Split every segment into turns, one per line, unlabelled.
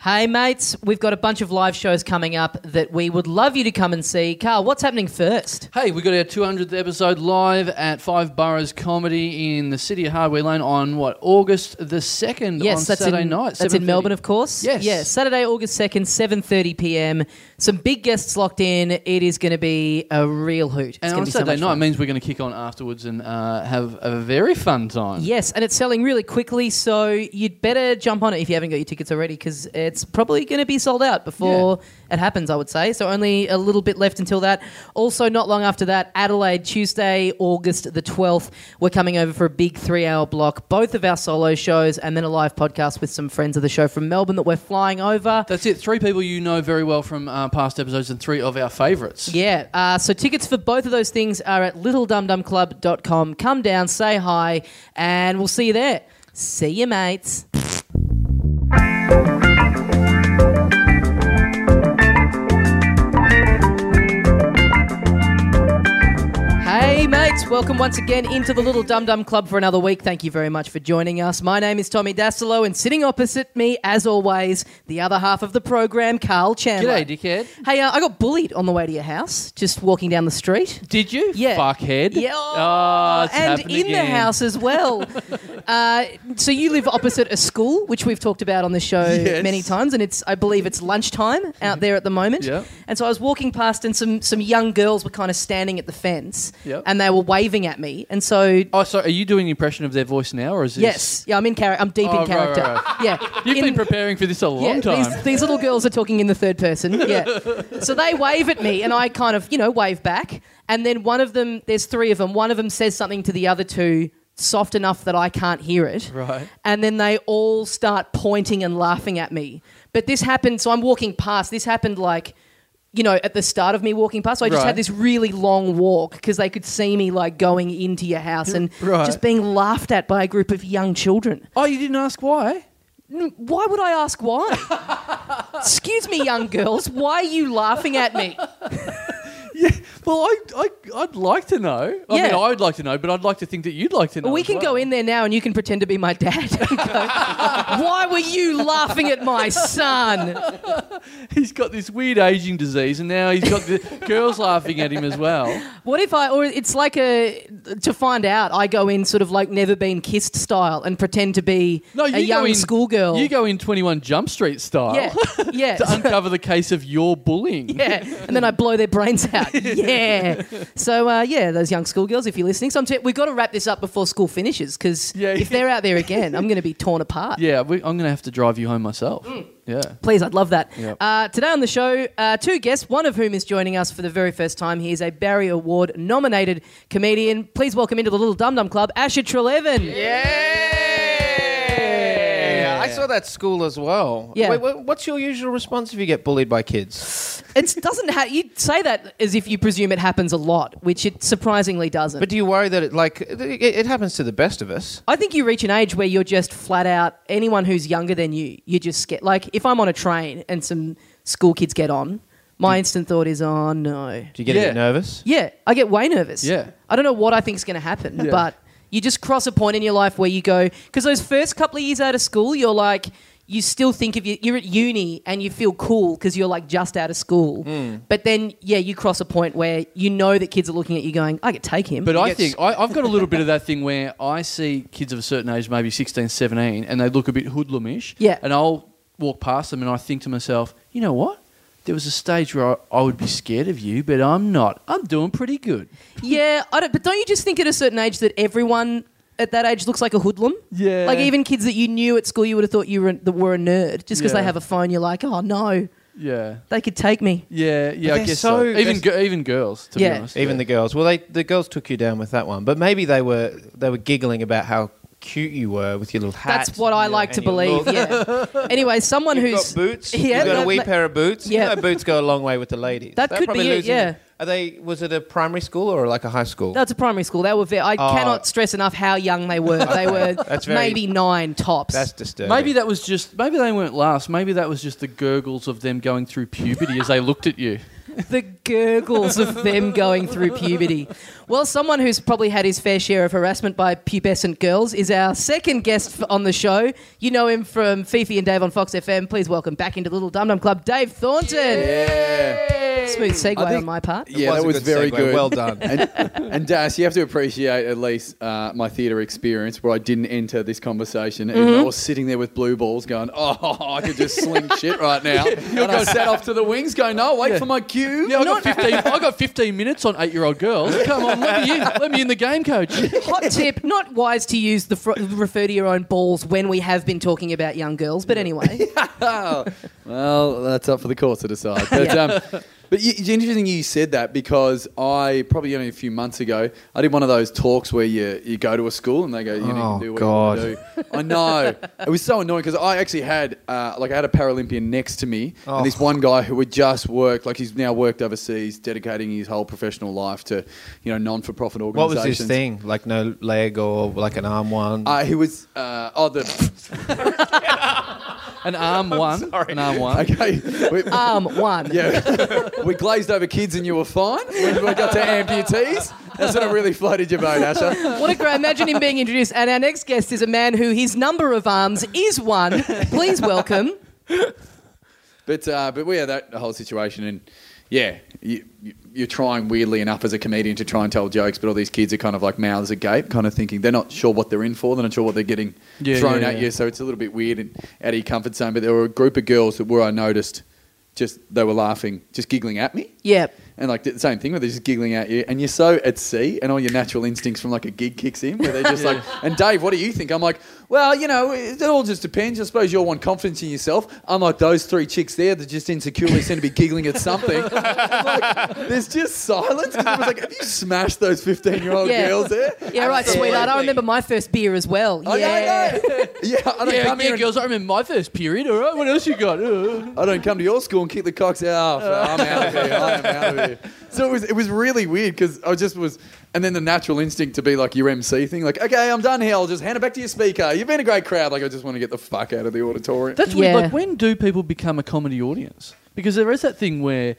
Hey, mates, we've got a bunch of live shows coming up that we would love you to come and see. Carl, what's happening first?
Hey, we got our 200th episode live at Five Boroughs Comedy in the City of Hardware Lane on what August the second on Saturday
in,
night.
That's in
7:30.
Melbourne, of course.
Yes.
Yeah, Saturday, August 2nd, 7.30 p.m. Some big guests locked in. It is going to be a real hoot. It's
And
gonna
on
be so
Saturday
much
night
fun.
means we're going to kick on afterwards and uh, have a very fun time.
Yes, and it's selling really quickly, so you'd better jump on it if you haven't got your tickets already, because it's probably going to be sold out before it happens, I would say. So only a little bit left until that. Also, not long after that, Adelaide, Tuesday, August the 12th, we're coming over for a big three hour block, both of our solo shows, and then a live podcast with some friends of the show from Melbourne that we're flying over.
That's it. Three people you know very well from uh, past episodes and three of our favourites.
Yeah, uh, so tickets for both of those things are at littledumdumclub.com. Come down, say hi, and we'll see you there. See you, mates. Hey, mates, welcome once again into the Little Dum Dum Club for another week. Thank you very much for joining us. My name is Tommy Dasilo, and sitting opposite me, as always, the other half of the program, Carl Chandler.
G'day, dickhead.
Hey, uh, I got bullied on the way to your house, just walking down the street.
Did you?
Yeah.
Fuckhead.
Yeah.
Oh, it's
and
happened
in the
again.
house as well. uh, so you live opposite a school, which we've talked about on this show
Yes.
many times, and it's I believe it's lunchtime out there at the moment.
Yeah.
And so I was walking past, and some some young girls were kind of standing at the fence,
Yep.
and they were waving at me, and so.
Oh, sorry. Are you doing an impression of their voice now, or is this?
Yes, yeah, I'm in character. I'm deep
Oh,
in
right,
character.
right, right.
Yeah,
You've
In-
been preparing for this a long
yeah,
time.
These, these little girls are talking in the third person. Yeah. so they wave at me, and I kind of, you know, wave back. And then one of them, there's three of them, one of them says something to the other two soft enough that I can't hear it.
Right.
And then they all start pointing and laughing at me. But this happened, so I'm walking past. This happened like. You know, at the start of me walking past, so I just
Right.
had this really long walk because they could see me like going into your house and
Right.
just being laughed at by a group of young children.
Oh, you didn't ask why.
N- Why would I ask why? Excuse me, young girls, why are you laughing at me?
Yeah. Well, I, I, I'd like to know. I mean,
Yeah.
I'd like to know, but I'd like to think that you'd like to know.
we
as
can
well.
go in there now and you can pretend to be my dad. and go, why were you laughing at my son?
He's got this weird aging disease, and now he's got the girls laughing at him as well.
What if I, or it's like a, to find out, I go in sort of like never been kissed style and pretend to be
No, you
a young
go in,
schoolgirl.
You go in Twenty One Jump Street style
yeah, yeah.
to uncover the case of your bullying.
Yeah, and then I blow their brains out. Yeah. So uh, yeah, those young schoolgirls, if you're listening, so I'm t- we've got to wrap this up before school finishes because
Yeah,
if they're out there again, I'm going to be torn apart.
Yeah, we, I'm going to have to drive you home myself.
Mm.
Yeah.
Please, I'd love that.
Yep.
Uh, today on the show, uh, two guests, one of whom is joining us for the very first time. He is a Barry Award nominated comedian. Please welcome into the Little Dum Dum Club, Asher Trelevin.
Yeah. I saw that school as well.
Yeah.
Wait, wha- what's your usual response if you get bullied by kids?
It doesn't ha- you say that as if you presume it happens a lot, which it surprisingly doesn't.
But do you worry that it like it, it happens to the best of us?
I think you reach an age where you're just flat out anyone who's younger than you, you just get like if I'm on a train and some school kids get on, my
Mm.
instant thought is, oh no.
Do you get a
Yeah.
bit nervous?
Yeah, I get way nervous.
Yeah.
I don't know what I think's going to happen,
Yeah.
but you just cross a point in your life where you go because those first couple of years out of school, you're like you still think of you you're at uni and you feel cool because you're like just out of school.
Mm.
But then yeah, you cross a point where you know that kids are looking at you going, I could take him.
But I
gets-
think I, I've got a little bit of that thing where I see kids of a certain age, maybe 16, 17, and they look a bit hoodlumish.
Yeah.
And I'll walk past them and I think to myself, you know what? There was a stage where I, I would be scared of you, but I'm not. I'm doing pretty good.
Yeah, I don't, but don't you just think at a certain age that everyone at that age looks like a hoodlum?
Yeah.
Like even kids that you knew at school, you would have thought you were that were a nerd just because
Yeah.
they have a phone. You're like, oh no,
Yeah.
they could take me.
Yeah, yeah, I
they're
guess so.
so-
Even
they're-
gi- even girls, to
Yeah.
be honest.
Even the girls. Well, they the girls took you down with that one, but maybe they were they were giggling about how cute you were with your little hat.
That's what I
Yeah.
like to
And your
believe.
look.
Yeah. anyway, someone
You've
who's
got boots.
Yeah,
You've got
that-
a wee
that-
pair of boots.
yeah.
You know, boots go a long way with the ladies.
That
They're
could be
probably
it,
losing-
yeah.
Are they? Was it a primary school or like a high school?
That's a primary school. They were. Ve- I
Oh.
cannot stress enough how young they were. They were
That's very-
maybe nine tops.
That's disturbing.
Maybe that was just. Maybe they weren't last. Maybe that was just the gurgles of them going through puberty as they looked at you.
the gurgles of them going through puberty. Well, someone who's probably had his fair share of harassment by pubescent girls is our second guest f- on the show. You know him from Fifi and Dave on Fox FM. Please welcome back into the Little Dum Dum Club, Dave Thornton. Smooth segue
I think-
on my part.
Yeah,
was
that
a
was
good
very
segue.
good.
Well done.
and, and Dash, you have to appreciate at least uh, my theatre experience where I didn't enter this conversation. Even though I was sitting there with blue balls going, oh, I could just sling shit right now. and I sat off to the wings going, no, wait for my cue.
Yeah, I got fifteen. I got fifteen minutes on eight-year-old girls. Come on, let me in. Let me in the game, coach.
Hot tip: not wise to use the fr- refer to your own balls when we have been talking about young girls. But anyway,
Well, that's up for the court to decide. But, um, but you, it's interesting you said that because I probably only a few months ago I did one of those talks where you, you go to a school and they go, you need
Oh,
to do what God.
God.
you want to do. I know it was so annoying because I actually had uh, like I had a Paralympian next to me
Oh.
and this one guy who had just worked like he's now worked overseas, dedicating his whole professional life to you know non for profit
What
organisations.
was his thing? Like no leg or like an arm one?
Uh, he was uh, oh the
An arm one. An arm one.
okay. We-
um, one.
Yeah. we glazed over kids and you were fine. When we got to amputees, that's when I really floated your boat, Asher.
What a great! Imagine him being introduced. And our next guest is a man who his number of arms is one. Please welcome.
But, uh, but we had that whole situation and, yeah, you, you, you're trying weirdly enough as a comedian to try and tell jokes, but all these kids are kind of like mouths agape, kind of thinking they're not sure what they're in for, they're not sure what they're getting
Yeah,
thrown
yeah,
at
yeah.
you, so it's a little bit weird and out of your comfort zone. But there were a group of girls that were I noticed, just they were laughing, just giggling at me.
Yep.
And like the same thing where they're just giggling at you, and you're so at sea, and all your natural instincts from like a gig kicks in, where they're just like, "And Dave, what do you think?" I'm like, "Well, you know, it all just depends. I suppose you all want confidence in yourself. Unlike those three chicks there that just insecurely seem to be giggling at something. like, there's just silence. 'cause it was like, have you smashed those 15 year old
Yeah.
girls there?
Yeah, right, sweetheart. I remember my first beer as well.
Oh, I
yeah.
don't know. yeah, I don't
Yeah,
come here
yeah,
and-
girls. I remember my first period. All right, what else you got? Uh.
I don't come to your school and kick the cocks out. I'm out of here. I'm out of here. So it was it was really weird because I just was, and then the natural instinct to be like your MC thing, like okay, I'm done here. I'll just hand it back to your speaker. You've been a great crowd. Like I just want to get the fuck out of the auditorium.
That's
Yeah.
weird. Like, when do people become a comedy audience? Because there is that thing where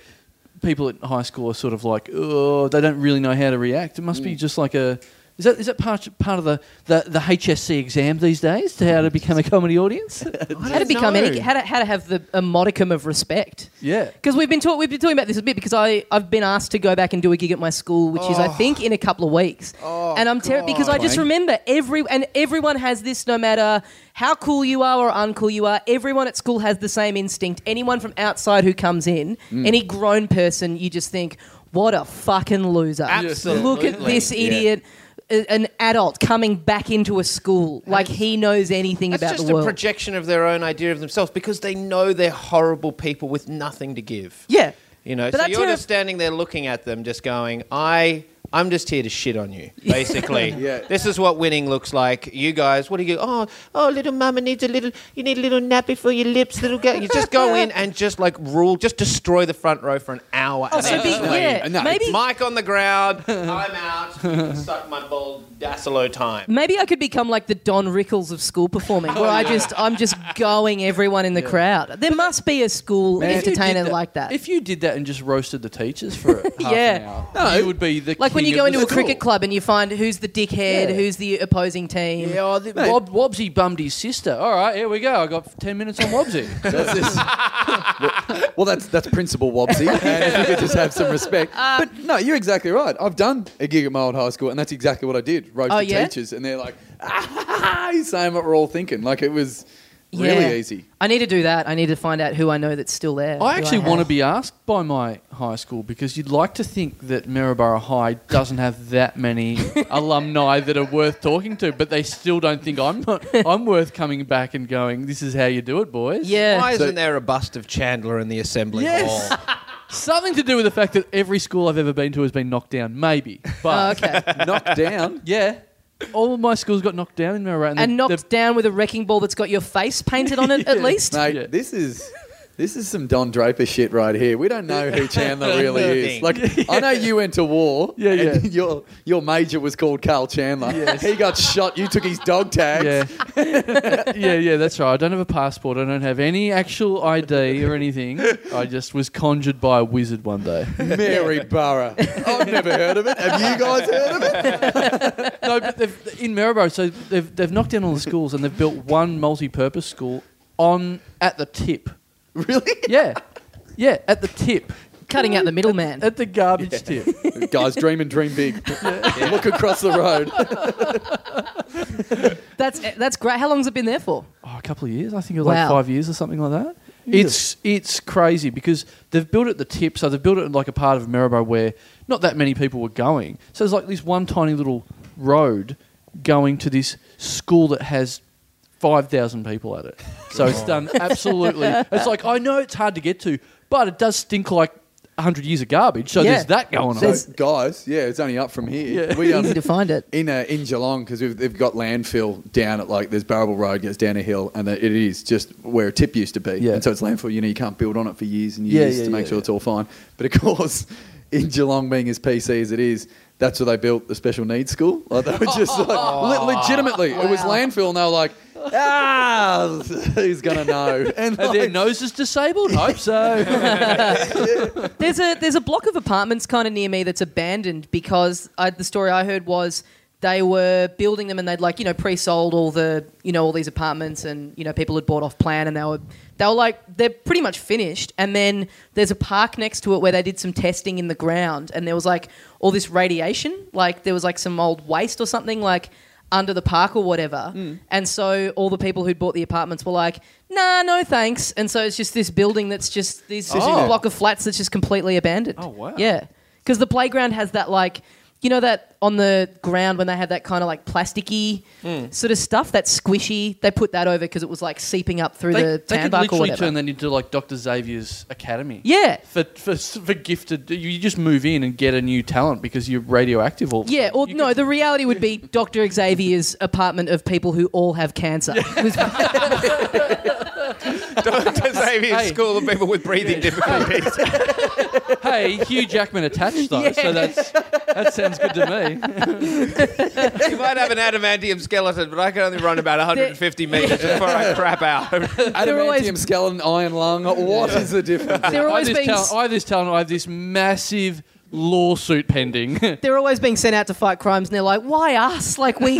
people at high school are sort of like, oh, they don't really know how to react. It must
Mm.
be just like a. Is that, is that part, part of the, the, the HSC exam these days to how to become a comedy audience?
How to become any? How to how to have the a modicum of respect?
yeah.
Because we've been talk, we've been talking about this a bit because I I've been asked to go back and do a gig at my school, which is I think in a couple of weeks.
Oh,
and I'm terrified because I just
Fine.
remember every and everyone has this, no matter how cool you are or uncool you are. Everyone at school has the same instinct. Anyone from outside who comes in,
Mm.
any grown person, you just think, what a fucking loser!
Absolutely.
Look at this
Yeah.
idiot. a- An adult coming back into a school like he knows anything
That's
about
just
the world.
a projection of their own idea of themselves because they know they're horrible people with nothing to give.
yeah,
You know,
But
so
that's
you're
where-
just standing there looking at them, just going, I. I'm just here to shit on you, basically.
Yeah.
This is what winning looks like. You guys, what do you? Oh, oh, little mama needs a little. You need a little nap before your lips, little girl. You just go in and just like rule, just destroy the front row for an hour. and
Oh, so
then
be-
just leave.
yeah,
No,
maybe
Mike on the ground. I'm out. You can Suck my bold dassolo time.
Maybe I could become like the Don Rickles of school performing, where
Oh,
I just I'm just going everyone in the crowd. There must be a school
If you did
entertainer like that.
If you did that and just roasted the teachers for half an
Yeah.
hour, you would be the
like when
king
you go
of the
into a
school.
cricket club and you find who's the dickhead,
Yeah.
who's the opposing team.
Yeah, oh, the, Wob, Wobbsy bummed his sister. All right, here we go. I got ten minutes on Wobbsy.
That's just- well, that's that's Principal Wobbsy, and if you could just have some respect.
Um,
but no, you're exactly right. I've done a gig at my old high school, and that's exactly what I did. Roast
Oh,
the
yeah?
teachers, and they're like, ah, he's saying what we're all thinking. Like it was really
Yeah.
easy.
I need to do that. I need to find out who I know that's still there.
I actually want to be asked by my high school because you'd like to think that Maryborough High doesn't have that many alumni that are worth talking to, but they still don't think I'm not. I'm worth coming back and going. This is how you do it, boys.
Yeah.
Why isn't there a bust of Chandler in the assembly
Yes.
hall?
Something to do with the fact that every school I've ever been to has been knocked down. Maybe,
Oh,
but
okay.
Knocked down.
yeah, all of my schools got knocked down in Maryborough,
and
the-
knocked down with a wrecking ball that's got your face painted on it at least.
Mate,
Yeah.
this is This is some Don Draper shit right here. We don't know who Chandler really is. Like, I know you went to war.
Yeah, yeah.
and Your your major was called Carl Chandler. He got shot. You took his dog tags.
Yeah. yeah, yeah, that's right. I don't have a passport. I don't have any actual ID or anything. I just was conjured by a wizard one day.
Mary Burrow. I've never heard of it. Have you guys heard of it?
No, but they've, in Maribor, so they've, they've knocked down all the schools and they've built one multi-purpose school on at the tip.
Really?
Yeah, yeah, at the tip,
Cutting out the middleman.
at the garbage tip.
Guys, dream and dream big. Look across the road.
That's that's great. How long's it been there for?
Oh, a couple of years. I think it was
Wow.
like five years or something like that. It's it's crazy because they've built it at the tip, so they've built it in like a part of Maribor where not that many people were going. So there's like this one tiny little road going to this school that has five thousand people at it. So it's done absolutely. It's like I know it's hard to get to, but it does stink like hundred years of garbage. So
Yeah.
there's that going on.
So, guys, yeah, it's only up from here.
Yeah.
We, um,
Easy to find it.
in uh, in Geelong because they've got landfill down at like there's Barrable Road goes down a hill and it is just where a tip used to be.
Yeah.
And so it's landfill. You know you can't build on it for years and
Yeah,
years
yeah,
to make
yeah,
sure
yeah.
it's all fine. But of course, in Geelong being as PC as it is. That's where they built the special needs school. Like they were just like, le- legitimately, it was
Wow.
landfill, and they were like, ah, who's gonna know? And
Are their
like,
noses disabled? Hope so.
There's a there's a block of apartments kind of near me that's abandoned because I, the story I heard was they were building them and they'd like you know pre-sold all the you know all these apartments and you know people had bought off plan and they were they were like they're pretty much finished and then there's a park next to it where they did some testing in the ground and there was like all this radiation like there was like some old waste or something like under the park or whatever
Mm.
and so all the people who'd bought the apartments were like nah no thanks and so it's just this building that's just this
Oh.
block of flats that's just completely abandoned.
Oh, wow.
Yeah, because the playground has that like, you know that on the ground when they had that kind of like plasticky
Mm.
sort of stuff, that squishy. They put that over because it was like seeping up through
they,
the
they
tan
could
bark or
literally
whatever.
turn that into like Dr. Xavier's academy.
yeah.
for, for for gifted. You just move in and get a new talent because you're radioactive. All of a
Yeah,
sudden.
or
You
no,
could-
the reality would be Dr. Xavier's apartment of people who all have cancer.
Dr. Xavier's
Hey.
School of People with Breathing Difficulties.
hey, Hugh Jackman attached though, so that's that sounds good to me.
you might have an adamantium skeleton, but I can only run about 150 metres before I crap out.
They're always-
adamantium skeleton, iron lung. What is the difference?
they're
I
always
have, this
being
talent, I have this talent. I have this massive lawsuit pending.
they're always being sent out to fight crimes, and they're like, "Why us? Like we?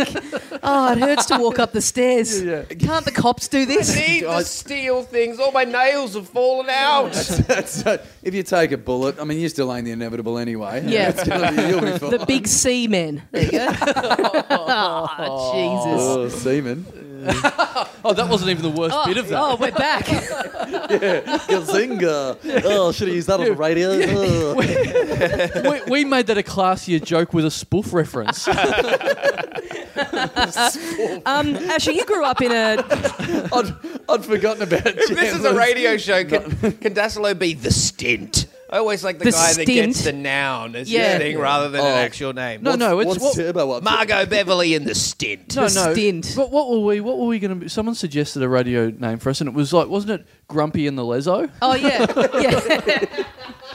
oh, it hurts to walk up the stairs. Can't the cops do this?"
need to steal things. All my nails have fallen out.
That's, uh, if you take a bullet, I mean, you're still ain't the inevitable anyway.
Yeah.
It's gonna be- you'll be fine.
The big C men. There you go. oh, Jesus.
Oh, semen.
oh, that wasn't even the worst
Oh,
bit of that.
oh, we're back.
Gazinga. Oh, should have used that on the radio. Oh.
We, we made that a classier joke with a spoof reference.
Um, Asher, you grew up in a.
I'd, I'd forgotten about it.
this is a radio show. Can, can Dassolo be the stint? I always like the,
The
guy that gets
stint?
the noun as
Yeah.
yeah. thing rather than
Oh.
an actual name.
No, no, it's
What's
what,
Turbo up to?
Margot Beverly in the stint.
no,
The
no.
stint.
But what were we? What were we going to? Someone suggested a radio name for us, and it was like, wasn't it Grumpy and the Lezo?
Oh, yeah. Yeah,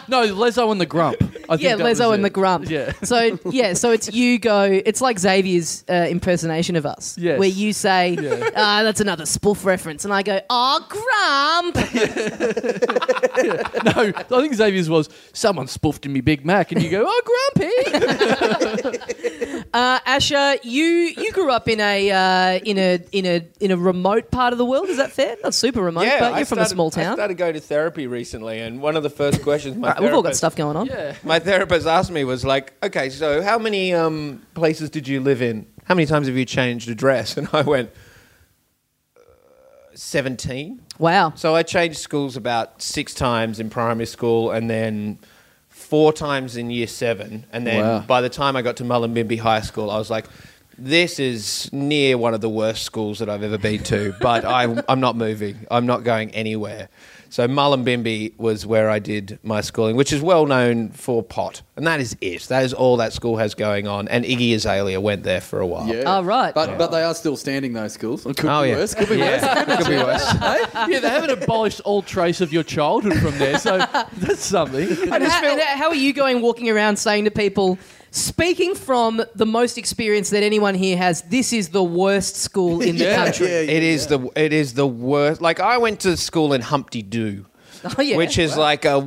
No, Lezo and the Grump. I think
yeah
that was
Lezo and
it.
the Grump.
Yeah.
So, yeah, so it's you go. It's like Xavier's uh, impersonation of us,
Yes.
where you say,
Yeah.
"Ah, that's another spoof reference. And I go, oh, Grump.
No, I think Xavier's was someone spoofed in me Big Mac, and you go, "Oh, Grumpy."
Uh, Asher, you, you grew up in a uh, in a in a in a remote part of the world. Is that fair? Not super remote, but you're
I
from a
started-
small
I
town.
started going to therapy recently, and one of the first questions my
All right, we've all got
therapist-
stuff going on.
My therapist asked me was like, okay, so how many um, places did you live in? How many times have you changed address? And I went, "Uh, 17.
Wow.
So I changed schools about six times in primary school and then four times in year seven. And then
Wow.
by the time I got to Mullumbimby High School, I was like, This is near one of the worst schools that I've ever been to, but I, I'm not moving. I'm not going anywhere. So Mullumbimby was where I did my schooling, which is well known for pot, and that is it. That is all that school has going on. And Iggy Azalea went there for a while.
Yeah.
Oh, right.
But but they are still standing those schools. It could
Oh,
be
yeah.
worse. Could be worse.
Yeah, could be worse.
yeah, they haven't abolished all trace of your childhood from there, so that's something.
And how, and how are you going walking around saying to people, speaking from the most experience that anyone here has, this is the worst school in the
Yeah,
country?
yeah,
It is the it is the worst. Like I went to school in Humpty Doo.
Oh, yeah.
Which is like a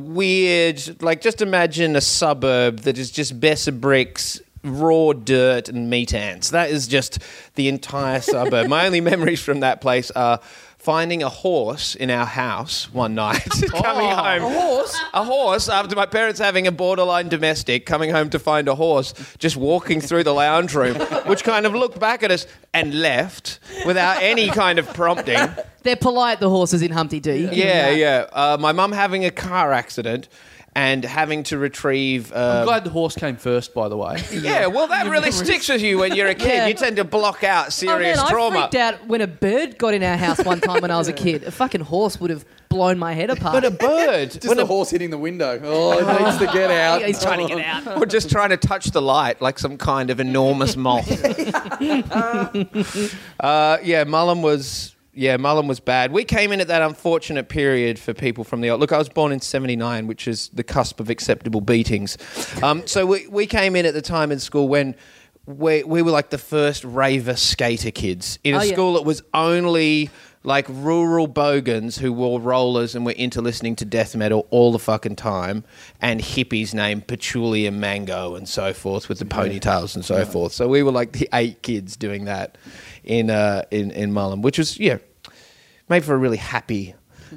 weird, like just imagine a suburb that is just Besser bricks, raw dirt, and meat ants. That is just the entire suburb. My only memories from that place are finding a horse in our house one night, Oh. coming home. A horse? A horse, after my parents having a borderline domestic, coming home to find a horse, just walking through the lounge room, which kind of looked back at us and left without any kind of prompting.
They're polite, the horses in Humpty Doo. You can-
Yeah, yeah. Uh, my mum having a car accident and having to retrieve.
I'm
Um,
Uh,
glad the horse came first, by the way.
yeah, well, that really sticks with you when you're a kid.
Yeah.
You tend to block out
Oh, man,
serious
I
trauma.
freaked out when a bird got in our house one time when I was a kid. A fucking horse would have blown my head apart.
But a bird,
Just
when
the
a-
horse hitting the window. Oh, it needs to get out.
He's trying to get out.
or just trying to touch the light like some kind of enormous moth. uh, yeah, Mullen was. Yeah, Mullen was bad. We came in at that unfortunate period for people from the look. I was born in '79, which is the cusp of acceptable beatings. Um, so we we came in at the time in school when. We, we were like the first raver skater kids in a
Oh, yeah.
school that was only like rural bogans who wore rollers and were into listening to death metal all the fucking time and hippies named Patchouli and Mango and so forth with the ponytails and so forth. So we were like the eight kids doing that in uh, in in Mullen, which was yeah made for a really happy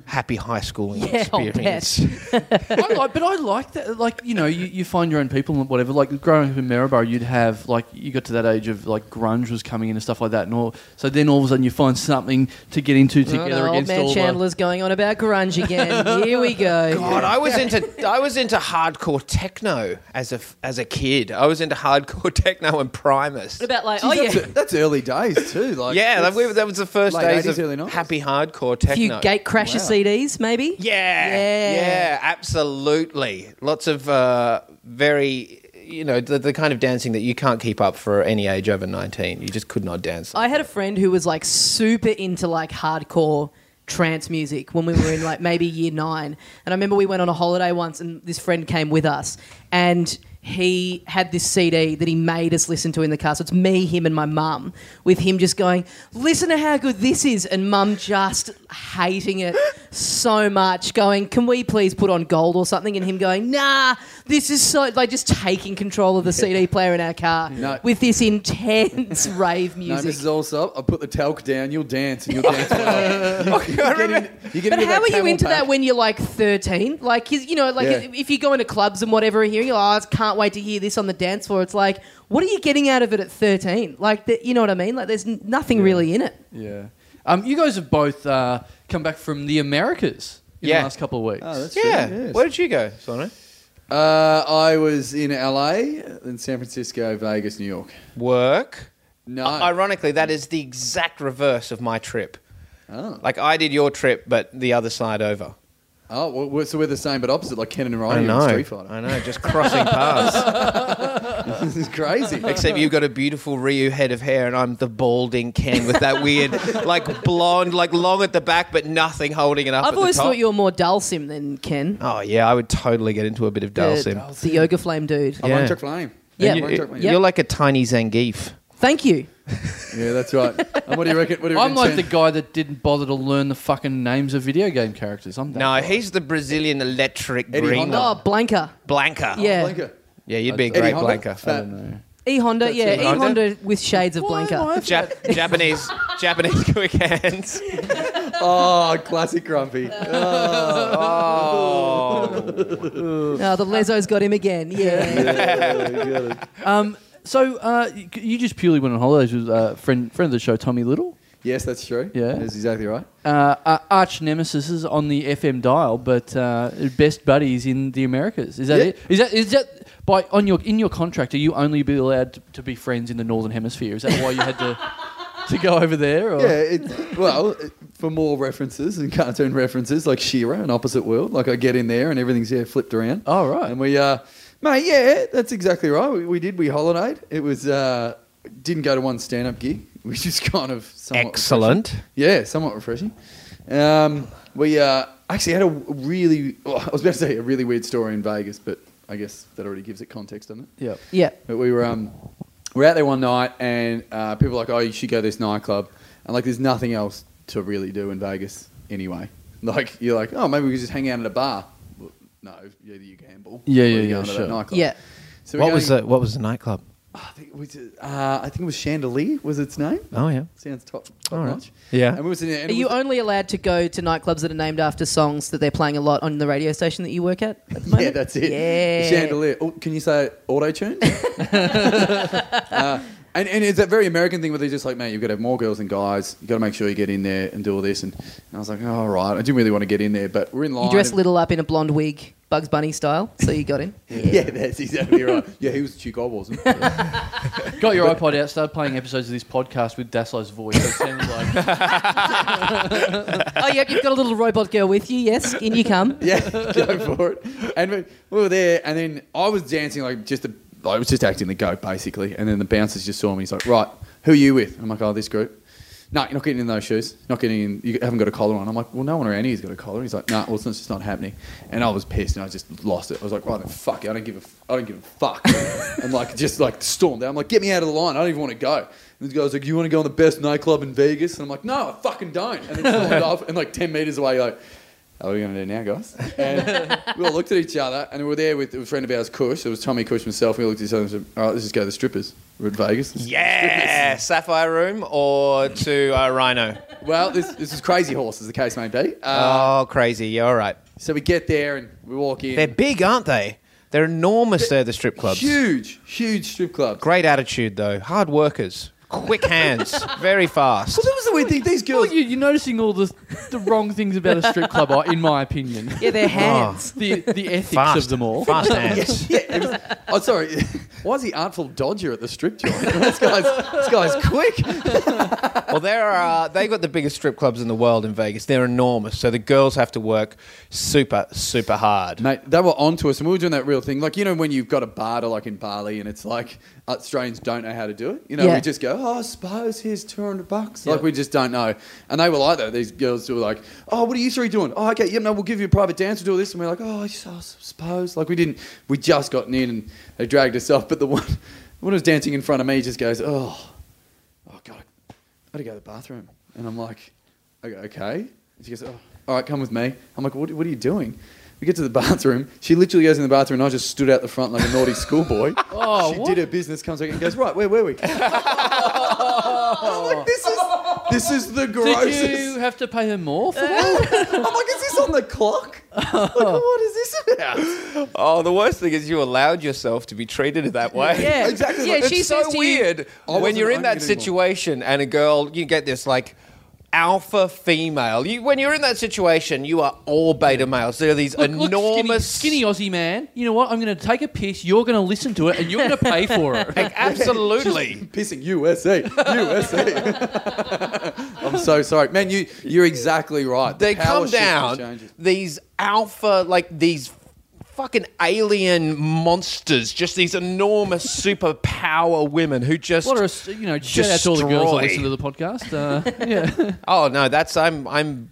happy high schooling
Yeah, I'll bet.
experience.
I like, but I like that. Like you know, you, you find your own people and whatever. Like growing up in Maryborough, you'd have like you got to that age of like grunge was coming in and stuff like that, and all. So then all of a sudden you find something to get into
Oh,
together
no, old
against
man
all. the,
Chandler's going on about grunge again. Here we go.
God, I was into I was into hardcore techno as a as a kid. I was into hardcore techno and Primus.
What about like,
Geez,
oh
that's,
yeah,
that's early days too. Like
yeah, that,
that's-
we, that was the first
late
days
80s, early
of
90s.
happy hardcore
a few
techno.
gatecrasher CDs maybe?
Yeah,
Yeah.
yeah, absolutely. Lots of uh, very, you know, the, the kind of dancing that you can't keep up for any age over nineteen. You just could not dance.
Oh,
I had a friend who was like super into like hardcore trance music when we were in like maybe year nine. And I remember we went on a holiday once and this friend came with us and he had this CD that he made us listen to in the car. So it's me, him, and my mum, with him just going, Listen to how good this is. And mum just hating it so much, going, Can we please put on gold or something? And him going, Nah, this is so, like just taking control of the CD player in our car
No.
with this intense rave
No,
music.
Mrs. Allsop, I'll put the talc down. You'll dance and you'll dance. well. you, you get in, you get
But how
into that
are you
camel
into that
pack.
when you're like 13? Like, is- you know, like
Yeah.
if you go into clubs and whatever, and hearing, oh, I can't wait to hear this on the dance floor. It's like, what are you getting out of it at 13? Like, that, you know what I mean? Like, there's n- nothing really in it.
yeah, um, you guys have both uh, come back from the Americas in
Yeah.
the last couple of weeks.
Oh, that's
yeah.
true, yes.
Where did you go, Sono?
Uh, I was in LA, in San Francisco, Vegas, New York.
Work.
No.
I- Ironically, that is the exact reverse of my trip.
oh.
Like I did your trip, but the other side over.
Oh, well, we're, so we're the same but opposite, like Ken and
I
Ryan in
know.
Street Fighter.
I know. Just crossing paths.
this is crazy.
Except you've got a beautiful Ryu head of hair, and I'm the balding Ken with that weird, like blonde, like long at the back, but nothing holding it up. at
I've
the
always
top.
thought you were more Dulcim than Ken.
Oh yeah, I would totally get into a bit of
the,
Dalsim.
the Yoga Flame dude.
I'm
Yeah.
on Chuck Flame.
Yeah.
I'm
You-
on Chuck Flame.
yeah.
You're like a tiny Zangief.
Thank you.
Yeah, that's right. And what do you reckon? What do you
I'm
reckon
like the
Sam?
guy that didn't bother to learn the fucking names of video game characters. I'm that
No,
guy.
he's the Brazilian electric
Eddie
green
Honda.
Oh, Blanca.
Blanca.
Yeah.
Blanca.
yeah, you'd be a
Eddie
great
Honda?
Blanca.
Fat.
E Honda. Yeah,
it.
E Honda with shades of
Why am
Blanca.
I-
Jap- Japanese, Japanese quick hands.
Oh, classic grumpy.
Oh, the Lezo's got him again. Yeah.
Um, so uh, y- you just purely went on holidays with uh, friend friend of the show, Tommy Little.
yes, that's true.
Yeah.
That's exactly right.
Uh, uh, arch nemesis is on the FM dial, but uh, best buddies in the Americas. Is that
Yeah.
it? Is that is that by on your in your contract, are you only be allowed to, to be friends in the northern hemisphere? Is that why you had to to go over there? Or?
Yeah, it, well, it- for more references and cartoon references like Shira and Opposite World, like I get in there and everything's yeah flipped around.
Oh, right.
and we, uh, mate, yeah, that's exactly right. We, we did. We holidayed. It was uh, didn't go to one stand-up gig, which is kind of somewhat
Excellent.
refreshing. Yeah, somewhat refreshing. Um, we uh, actually had a really. well, I was about to say a really weird story in Vegas, but I guess that already gives it context, doesn't it?
yeah.
Yeah.
But we were um, we are out there one night, and uh, people were like, "Oh, you should go to this nightclub," and like, there's nothing else to really do in Vegas anyway. Like, you're like, "Oh, maybe we could just hang out at a bar." Well, no, either you gamble.
Yeah,
or
yeah,
you
yeah,
go into that
sure.
nightclub.
Yeah.
So
what was the what was the nightclub?
I think it was, uh, I think it was Chandelier was its name.
Oh yeah.
Sounds top, top
All right.
notch.
Yeah.
And we were sitting there. And
Are
it
you
was-
only allowed to go to nightclubs that are named after songs that they're playing a lot on the radio station that you work at? at the
yeah,
moment?
that's it.
Yeah.
The chandelier. Oh, can you say auto tune? Uh, and, and it's that very American thing where they're just like, mate, you've got to have more girls than guys. You've got to make sure you get in there and do all this. And, and I was like, oh, all right. I didn't really want to get in there, but we're in line.
You dress
and-
Little up in a blonde wig, Bugs Bunny style, so you got in.
Yeah, that's exactly right. Yeah, he was Duke, I wasn't.
Got your iPod out, start playing episodes of this podcast with Daslow's voice. It sounds like
oh, yep, you've got a little robot girl with you, yes, in you come.
yeah, go for it. And we, we were there, and then I was dancing like just a, I was just acting the goat basically. And then the bouncers just saw me. He's like, "Right, who are you with?" And I'm like, "Oh, this group." No, you're not getting in those shoes. Not getting in. You haven't got a collar on. I'm like, well, no one around here's got a collar. He's like, no, nah, well, it's just not happening. And I was pissed, and I just lost it. I was like, right, then fuck it. I don't give a, f- I don't give a fuck. and like, just like stormed out. I'm like, get me out of the line. I don't even want to go. And this guy's like, you want to go in the best nightclub in Vegas? And I'm like, no, I fucking don't. And then stormed off, and like ten meters away, like, are we going to do now, guys? And we all looked at each other, and we were there with a friend of ours, Cush. It was Tommy Cush himself. We looked at each other and said, all right, let's just go to the strippers. We're at Vegas.
Yeah, Sapphire Room or to uh, Rhino.
Well, this, this is Crazy Horse, as the case may be. Uh,
Oh, crazy! Yeah, all right.
so we get there, and we walk in.
They're big, aren't they? They're enormous. They're the strip clubs.
Huge, huge strip clubs.
Great attitude though. Hard workers. Quick hands. very fast.
Well, that was the weird thing. These
well,
girls,
you, you're noticing all the the wrong things about a strip club, I- in my opinion.
Yeah, they're hands.
The the ethics
Fast.
of them all.
Fast hands.
yeah, it was, oh, sorry. Why is he Artful Dodger at the strip joint? this guy's, this guy's quick.
well, there are. Uh, they got the biggest strip clubs in the world in Vegas. They're enormous. So the girls have to work super, super hard.
Mate, they were on to us, and we were doing that real thing. Like, you know, when you've got a bar to, like, in Bali, and it's like uh, Australians don't know how to do it. You know,
Yeah.
we just go, oh, I suppose here's 200 bucks.
Yeah.
Like, we just don't know. And they were like that. These girls were like, oh, what are you three doing? Oh, okay, yeah, no, we'll give you a private dance, we'll do all this. And we're like, oh, I s- I suppose. Like, we didn't, we just gotten in, and they dragged us off. But the one, the one who was dancing in front of me just goes, oh, oh god, I gotta go to the bathroom. And I'm like, I go, okay. And she goes, oh, all right, come with me. I'm like, what, what are you doing? We get to the bathroom. She literally goes in the bathroom, and I just stood out the front like a naughty schoolboy.
Oh,
she
what?
did her business, comes back and goes, right, where were we? I was like, this is this is the grossest.
Did you have to pay her more for that?
I'm like, is this on the clock? Like, what is this about?
Oh, the worst thing is you allowed yourself to be treated that way.
Yeah.
Exactly.
Yeah,
Like,
she
it's so
says to you-
weird
I
when
wasn't
you're in that
owning it anymore.
situation and a girl, you get this like alpha female. You, when you're in that situation, you are all beta males. There are these
Look, look,
enormous,
skinny, skinny Aussie man. You know what? I'm going to take a piss. You're going to listen to it, and you're going to pay for it.
Like, absolutely.
Pissing USA, USA. I'm so sorry, man. You you're exactly right. The
they
power
come
shift
down
has changed.
these alpha like these fucking alien monsters just these enormous superpower women who just
What are you know? Shout out to all the girls that listen
Destroy.
to the podcast. Uh, yeah,
oh no that's i'm i'm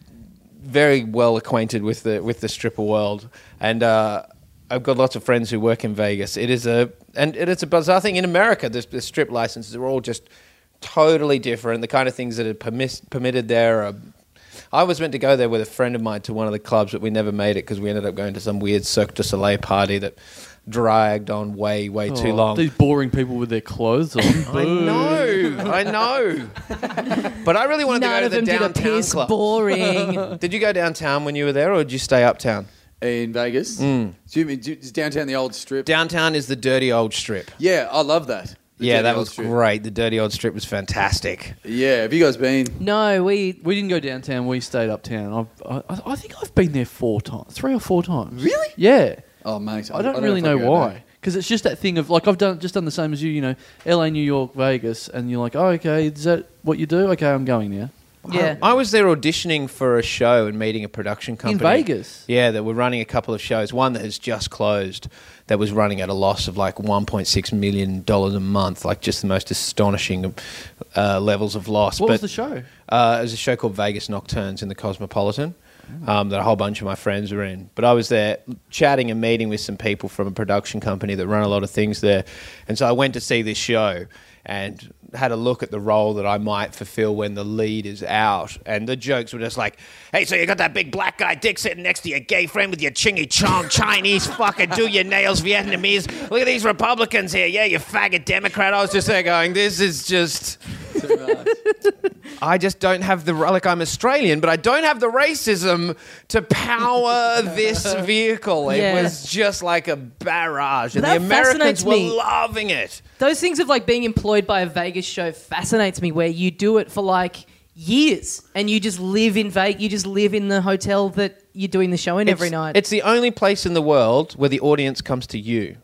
very well acquainted with the with the stripper world and uh I've got lots of friends who work in Vegas. It is a and it is a bizarre thing in America. The, the strip licenses are all just totally different. The kind of things that are permis- permitted there are. I was meant to go there with a friend of mine to one of the clubs, but we never made it because we ended up going to some weird Cirque du Soleil party that dragged on way, way too
Oh,
long.
These boring people with their clothes on.
I
Boo.
know, I know. but I really wanted
None
to go
of
to
them
the
did a
downtown
piss.
club.
Boring.
Did you go downtown when you were there, or did you stay uptown?
in Vegas. Do you mean do, is downtown the old strip?
Downtown is the dirty old strip.
yeah, I love that. The
yeah, that
downtown
was
strip.
great. The dirty old strip was fantastic.
Yeah, have you guys been?
no, we.
We didn't go downtown. We stayed uptown. I, I, I think I've been there four times, three or four times.
Really?
Yeah.
Oh mate,
I don't,
know
really
if I
know
can go
why.
back.
because it's just that thing of like I've done just done the same as you. You know, L.A., New York, Vegas, and you're like, oh, okay, is that what you do? Okay, I'm going now.
Yeah.
I, I was there auditioning for a show and meeting a production company
Vegas?
Yeah, that were running a couple of shows. One that has just closed, that was running at a loss of like 1.6 million dollars a month, like just the most astonishing uh, levels of loss.
What
but,
was the show?
Uh, it was a show called Vegas Nocturnes in the Cosmopolitan. Um, that a whole bunch of my friends were in, but I was there chatting and meeting with some people from a production company that run a lot of things there, and so I went to see this show and had a look at the role that I might fulfill when the lead is out, and the jokes were just like, "Hey, so you got that big black guy dick sitting next to your gay friend with your chingy chong Chinese fucker, do your nails Vietnamese? Look at these Republicans here, yeah, you faggot Democrat." I was just there going, "This is just." I just don't have the like I'm Australian, but I don't have the racism to power this vehicle. It
Yeah.
was just like a barrage, and
That
the Americans
fascinates
were
me.
loving it.
Those things of like being employed by a Vegas show fascinates me where you do it for like years and you just live in Vegas, you just live in the hotel that you're doing the show in every
it's,
night.
It's the only place in the world where the audience comes to you.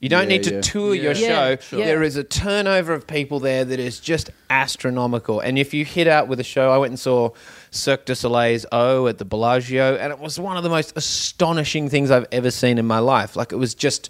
You don't
Yeah,
need to
yeah.
tour your
Yeah,
show.
sure.
There
Yeah.
is a turnover of people there that is just astronomical. And if you hit out with a show, I went and saw Cirque du Soleil's O at the Bellagio, and it was one of the most astonishing things I've ever seen in my life. Like it was just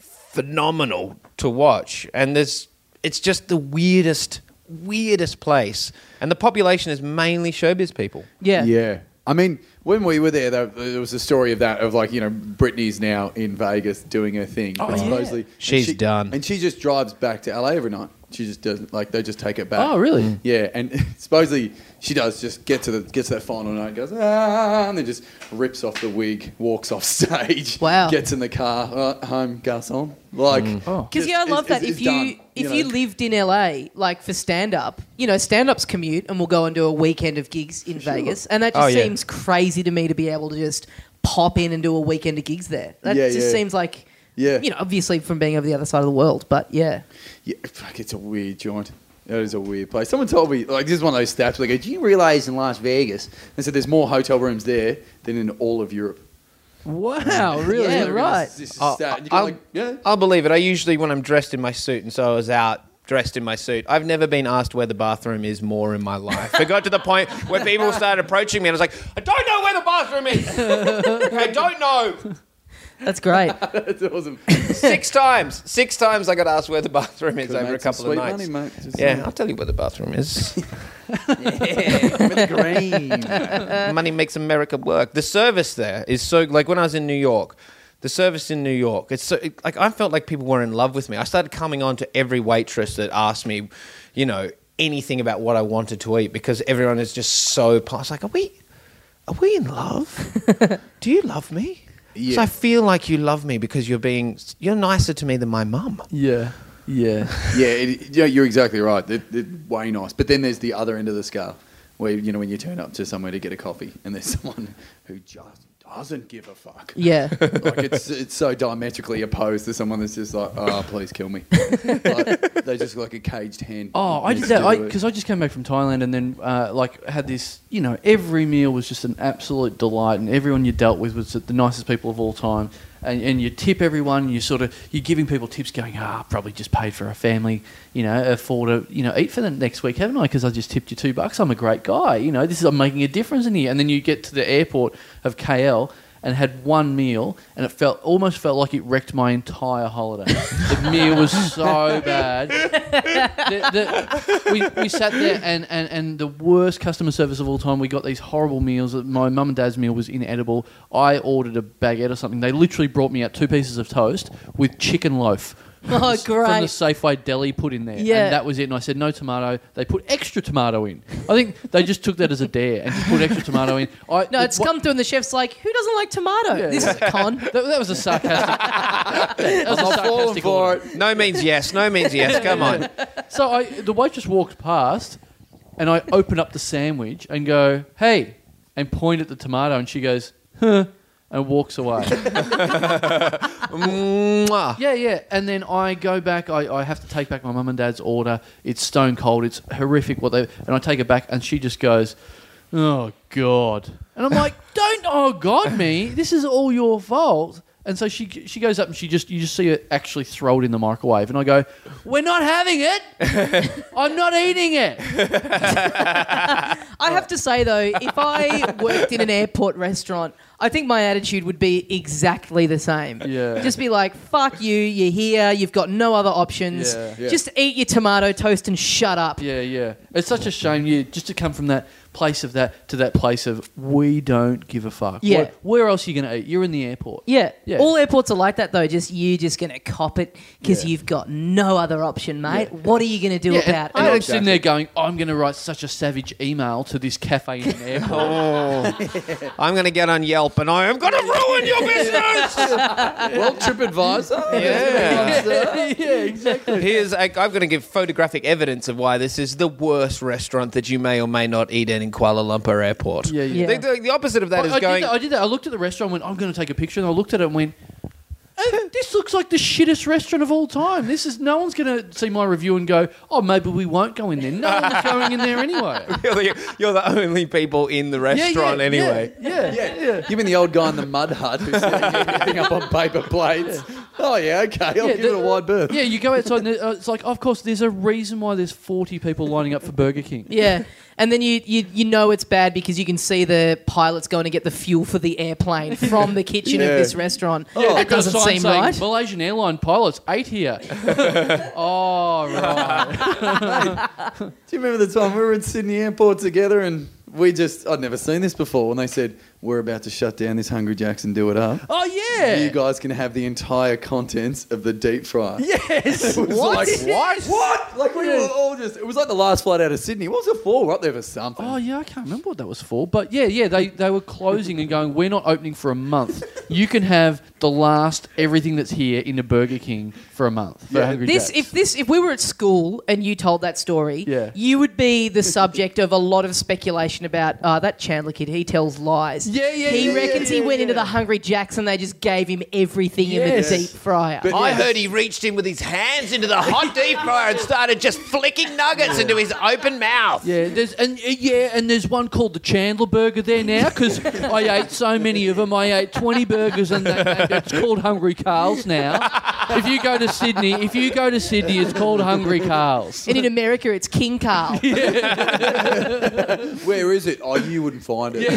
phenomenal to watch. And there's it's just the weirdest, weirdest place. And the population is mainly showbiz people.
yeah.
Yeah. I mean, when we were there, there, there was a story of that of like you know Britney's now in Vegas doing her thing. Oh, supposedly and
She's
she-
done.
and she just drives back to LA every night. She just doesn't like they just take it back.
Oh, really? Mm.
Yeah, and supposedly she does just get to the gets to that final night, goes ah, and then just rips off the wig, walks off stage.
Wow.
Gets in the car uh, home, garçon. Like,
Mm.
Because
just
yeah, I
is-
love
is-
that.
is
if you
done,
if
know.
you lived in LA, like for stand up, you know, stand up's commute, and we'll go and do a weekend of gigs in Vegas, and that just
Oh, yeah.
seems crazy to me to be able to just pop in and do a weekend of gigs there. That
Yeah,
just
yeah.
seems like,
Yeah.
you know, obviously from being over the other side of the world, but yeah,
Yeah, fuck, it's a weird joint. That is a weird place. Someone told me, like, this is one of those stats. Like, do you realize in Las Vegas, they said there's more hotel rooms there than in all of Europe?
Wow, Oh, really?
Yeah,
Like,
right.
This, this is
Oh,
stat. And you go
I'll,
like, yeah.
I'll believe it. I usually, when I'm dressed in my suit, and so I was out dressed in my suit, I've never been asked where the bathroom is more in my life. it got to the point where people started approaching me, and I was like, I don't know where the bathroom is. I don't know.
that's great.
That's awesome.
Six times. Six times I got asked where the bathroom is
Could've
over a
made some
couple of
sweet
nights.
money, mate. Just
yeah, I'll tell you where the bathroom is.
saying. With the green.
money makes America work. The service there is so like when I was in New York, the service in New York, it's so it- like I felt like people were in love with me. I started coming on to every waitress that asked me, you know, anything about what I wanted to eat because everyone is just so past like, are we are we in love? Do you love me? 'Cause
Yeah.
I feel like you love me because you're being you're nicer to me than my mum.
Yeah, yeah.
yeah, it, yeah, you're exactly right. They're, they're way nice. But then there's the other end of the scale where, you know, when you turn up to somewhere to get a coffee and there's someone who just doesn't give a fuck.
Yeah,
like it's it's so diametrically opposed to someone that's just like, oh, please kill me. like, they just like a caged hen.
Oh, I did
Just
that
do it.
because I, just came back from Thailand and then uh, like had this. You know, every meal was just an absolute delight, and everyone you dealt with was the nicest people of all time. And, and you tip everyone. And you sort of you're giving people tips, going, ah, probably just paid for a family. You know, afford to you know eat for the next week, haven't I? Because I just tipped you two bucks. I'm a great guy. You know, this is I'm making a difference in here. And then you get to the airport of KL. And had one meal, and it felt almost felt like it wrecked my entire holiday. the meal was so bad the, the, we, we sat there and, and, and the worst customer service of all time. We got these horrible meals. My mum and dad's meal was inedible. I ordered a baguette or something. They literally brought me out two pieces of toast with chicken loaf.
Oh,
S- From the
great.
Safeway deli put in there.
Yeah.
And that was it. And I said, no tomato. They put extra tomato in. I think they just took that as a dare and just put extra tomato in. I,
no, it's
what-
come through, and the chef's like, "Who doesn't like tomato?
Yeah.
This is a con."
That, that was a sarcastic. that was a
I'm falling
sarcastic
for
order.
it.
No means yes, no means yes. Come on.
So I, the waitress walked past, and I open up the sandwich and go, "Hey," and point at the tomato, and she goes, "Huh," and walks away.
Mwah.
yeah, yeah. And then I go back. I, I have to take back my mum and dad's order. It's stone cold. It's horrific what they. And I take it back, and she just goes, "Oh God," and I'm like, "Don't oh God me. This is all your fault." And so she she goes up and she just you just see her actually throw it in the microwave and I go, "We're not having it. I'm not eating it."
I have to say though, if I worked in an airport restaurant, I think my attitude would be exactly the same.
Yeah.
Just be like, fuck you, you're here, you've got no other options.
Yeah.
Yeah.
Just eat your tomato toast and shut up.
Yeah, yeah. It's such a shame you just to come from that place of that to that place of we don't give a fuck.
Yeah.
Where, where else are you going to eat? You're in the airport.
Yeah.
Yeah.
All airports are like that though, just you just gonna cop it because
Yeah.
you've got no other option, mate. What are you gonna do
Yeah, and-
about
and
it?
I'm sitting there going, I'm going to write such a savage email to this cafe in the airport.
I'm going to get on Yelp and I am going to ruin your business.
well, TripAdvisor.
yeah.
yeah, exactly.
Here's I, I'm going to give photographic evidence of why this is the worst restaurant that you may or may not eat in in Kuala Lumpur Airport.
Yeah, yeah.
Yeah.
The, the- the opposite of that
I,
is
I
going.
did that, I did that. I looked at the restaurant. Went, I'm going to take a picture, and I looked at it and went, "Eh, "This looks like the shittest restaurant of all time. This is no one's going to see my review and go, oh, maybe we won't go in there. No one's going in there anyway.
You're the, you're the only people in the
Yeah, yeah,
restaurant
yeah,
anyway.
yeah.
Yeah. You mean the old guy in the mud hut who's setting everything up on paper plates? Oh yeah, okay. I'll
Yeah,
give
the-
it a wide berth.
Yeah, you go outside and uh, it's like, of course, there's a reason why there's 40 people lining up for Burger King.
Yeah. And then you, you you know it's bad because you can see the pilots going to get the fuel for the airplane from the kitchen of
Yeah.
this restaurant.
Yeah,
that
they've got a
doesn't
sign
seem
saying,
right.
Malaysian airline pilots, eight here. oh, right.
Do you remember the time we were in Sydney Airport together and we just I'd never seen this before when they said we're about to shut down this Hungry Jacks and do it up.
Oh, yeah.
You guys can have the entire contents of the deep fryer.
Yes.
It was like what? What? Like we were all just it was like the last flight out of Sydney. What was it for? We're up there for something.
Oh, yeah, I can't remember what that was for. But yeah, yeah, they, they were closing and going, we're not opening for a month. You can have the last everything that's here in a Burger King for a month. For
Yeah.
Hungry
This
Jack's.
if this if we were at school and you told that story,
Yeah.
you would be the subject of a lot of speculation about uh, that Chandler kid. He tells lies.
Yeah, yeah,
He
yeah, yeah,
reckons
yeah,
he went into
yeah.
the Hungry Jacks and they just gave him everything
Yes.
in the deep fryer.
But-
I
Yeah.
heard he reached in with his hands into the hot deep fryer and started just flicking nuggets into his open mouth.
Yeah, there's and uh, yeah, and there's one called the Chandler Burger there now because I ate so many of them. I ate 20 burgers, and they, they- it's called Hungry Carl's now. If you go to Sydney, if you go to Sydney, it's called Hungry Carl's.
and in America, it's King Carl.
Where is it? Oh, you wouldn't find it.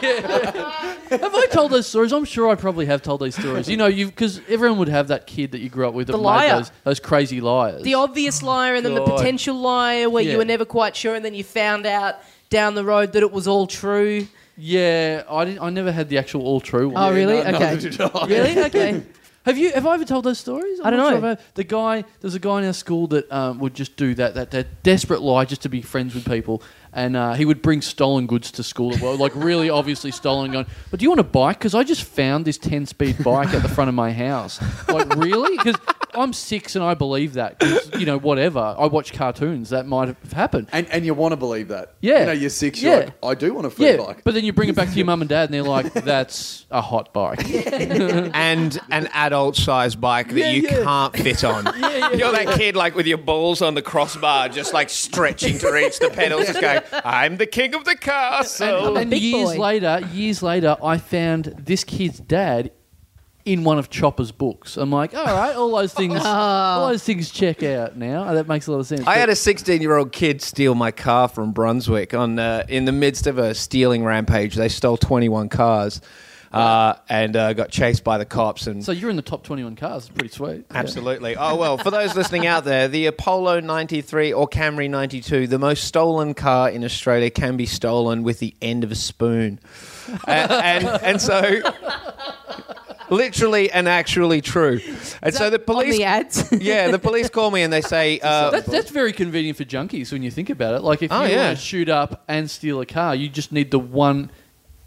Have I told those stories? I'm sure I probably have told these stories. You know, you because everyone would have that kid that you grew up with that
The
made
liar.
those, those crazy liars.
the obvious liar and then the
God.
potential liar where
Yeah.
you were never quite sure and then you found out down the road that it was all true.
yeah, I didn't. I never had the actual all true one.
Oh, really?
no, neither
okay.
did I.
Really? Okay.
Have you? Have I ever told those stories? I'm
I don't
not
know.
if I- the guy, there's a guy in our school that um, would just do that, that that desperate lie just to be friends with people, and uh, he would bring stolen goods to school as well, like really obviously stolen. Going, but do you want a bike? Because I just found this ten-speed bike at the front of my house. Like really? Because I'm six and I believe that. 'cause, you know, whatever. I watch cartoons. That might have happened.
And and you want to believe that.
Yeah.
You know, you're six, you're
Yeah.
like, I do want a free
Yeah,
bike.
but then you bring it back to your mum and dad, and they're like, "That's a hot bike."
And an adult sized bike that
Yeah,
you
yeah.
can't fit on. You're that kid, like with your balls on the crossbar, just like stretching to reach the pedals, just going, I'm the king of the castle.
and
big
years
boy.
later, years later, I found this kid's dad in one of Chopper's books. I'm like, all right, all those things, all those things check out now. That makes a lot of sense.
I had
But-
a 16 year old kid steal my car from Brunswick on uh, in the midst of a stealing rampage. They stole 21 cars uh, and uh, got chased by the cops and
so you're in the top 21 cars. It's pretty sweet.
Absolutely. Oh, well, for those listening out there, the Apollo 93 or Camry 92, the most stolen car in Australia, can be stolen with the end of a spoon. A- and, and, so, literally and actually true. And so the
On
police.
the ads.
yeah, the police call me and they say, uh,
That's, that's very convenient for junkies when you think about it. Like if
Oh,
you
yeah.
want to shoot up and steal a car, you just need the one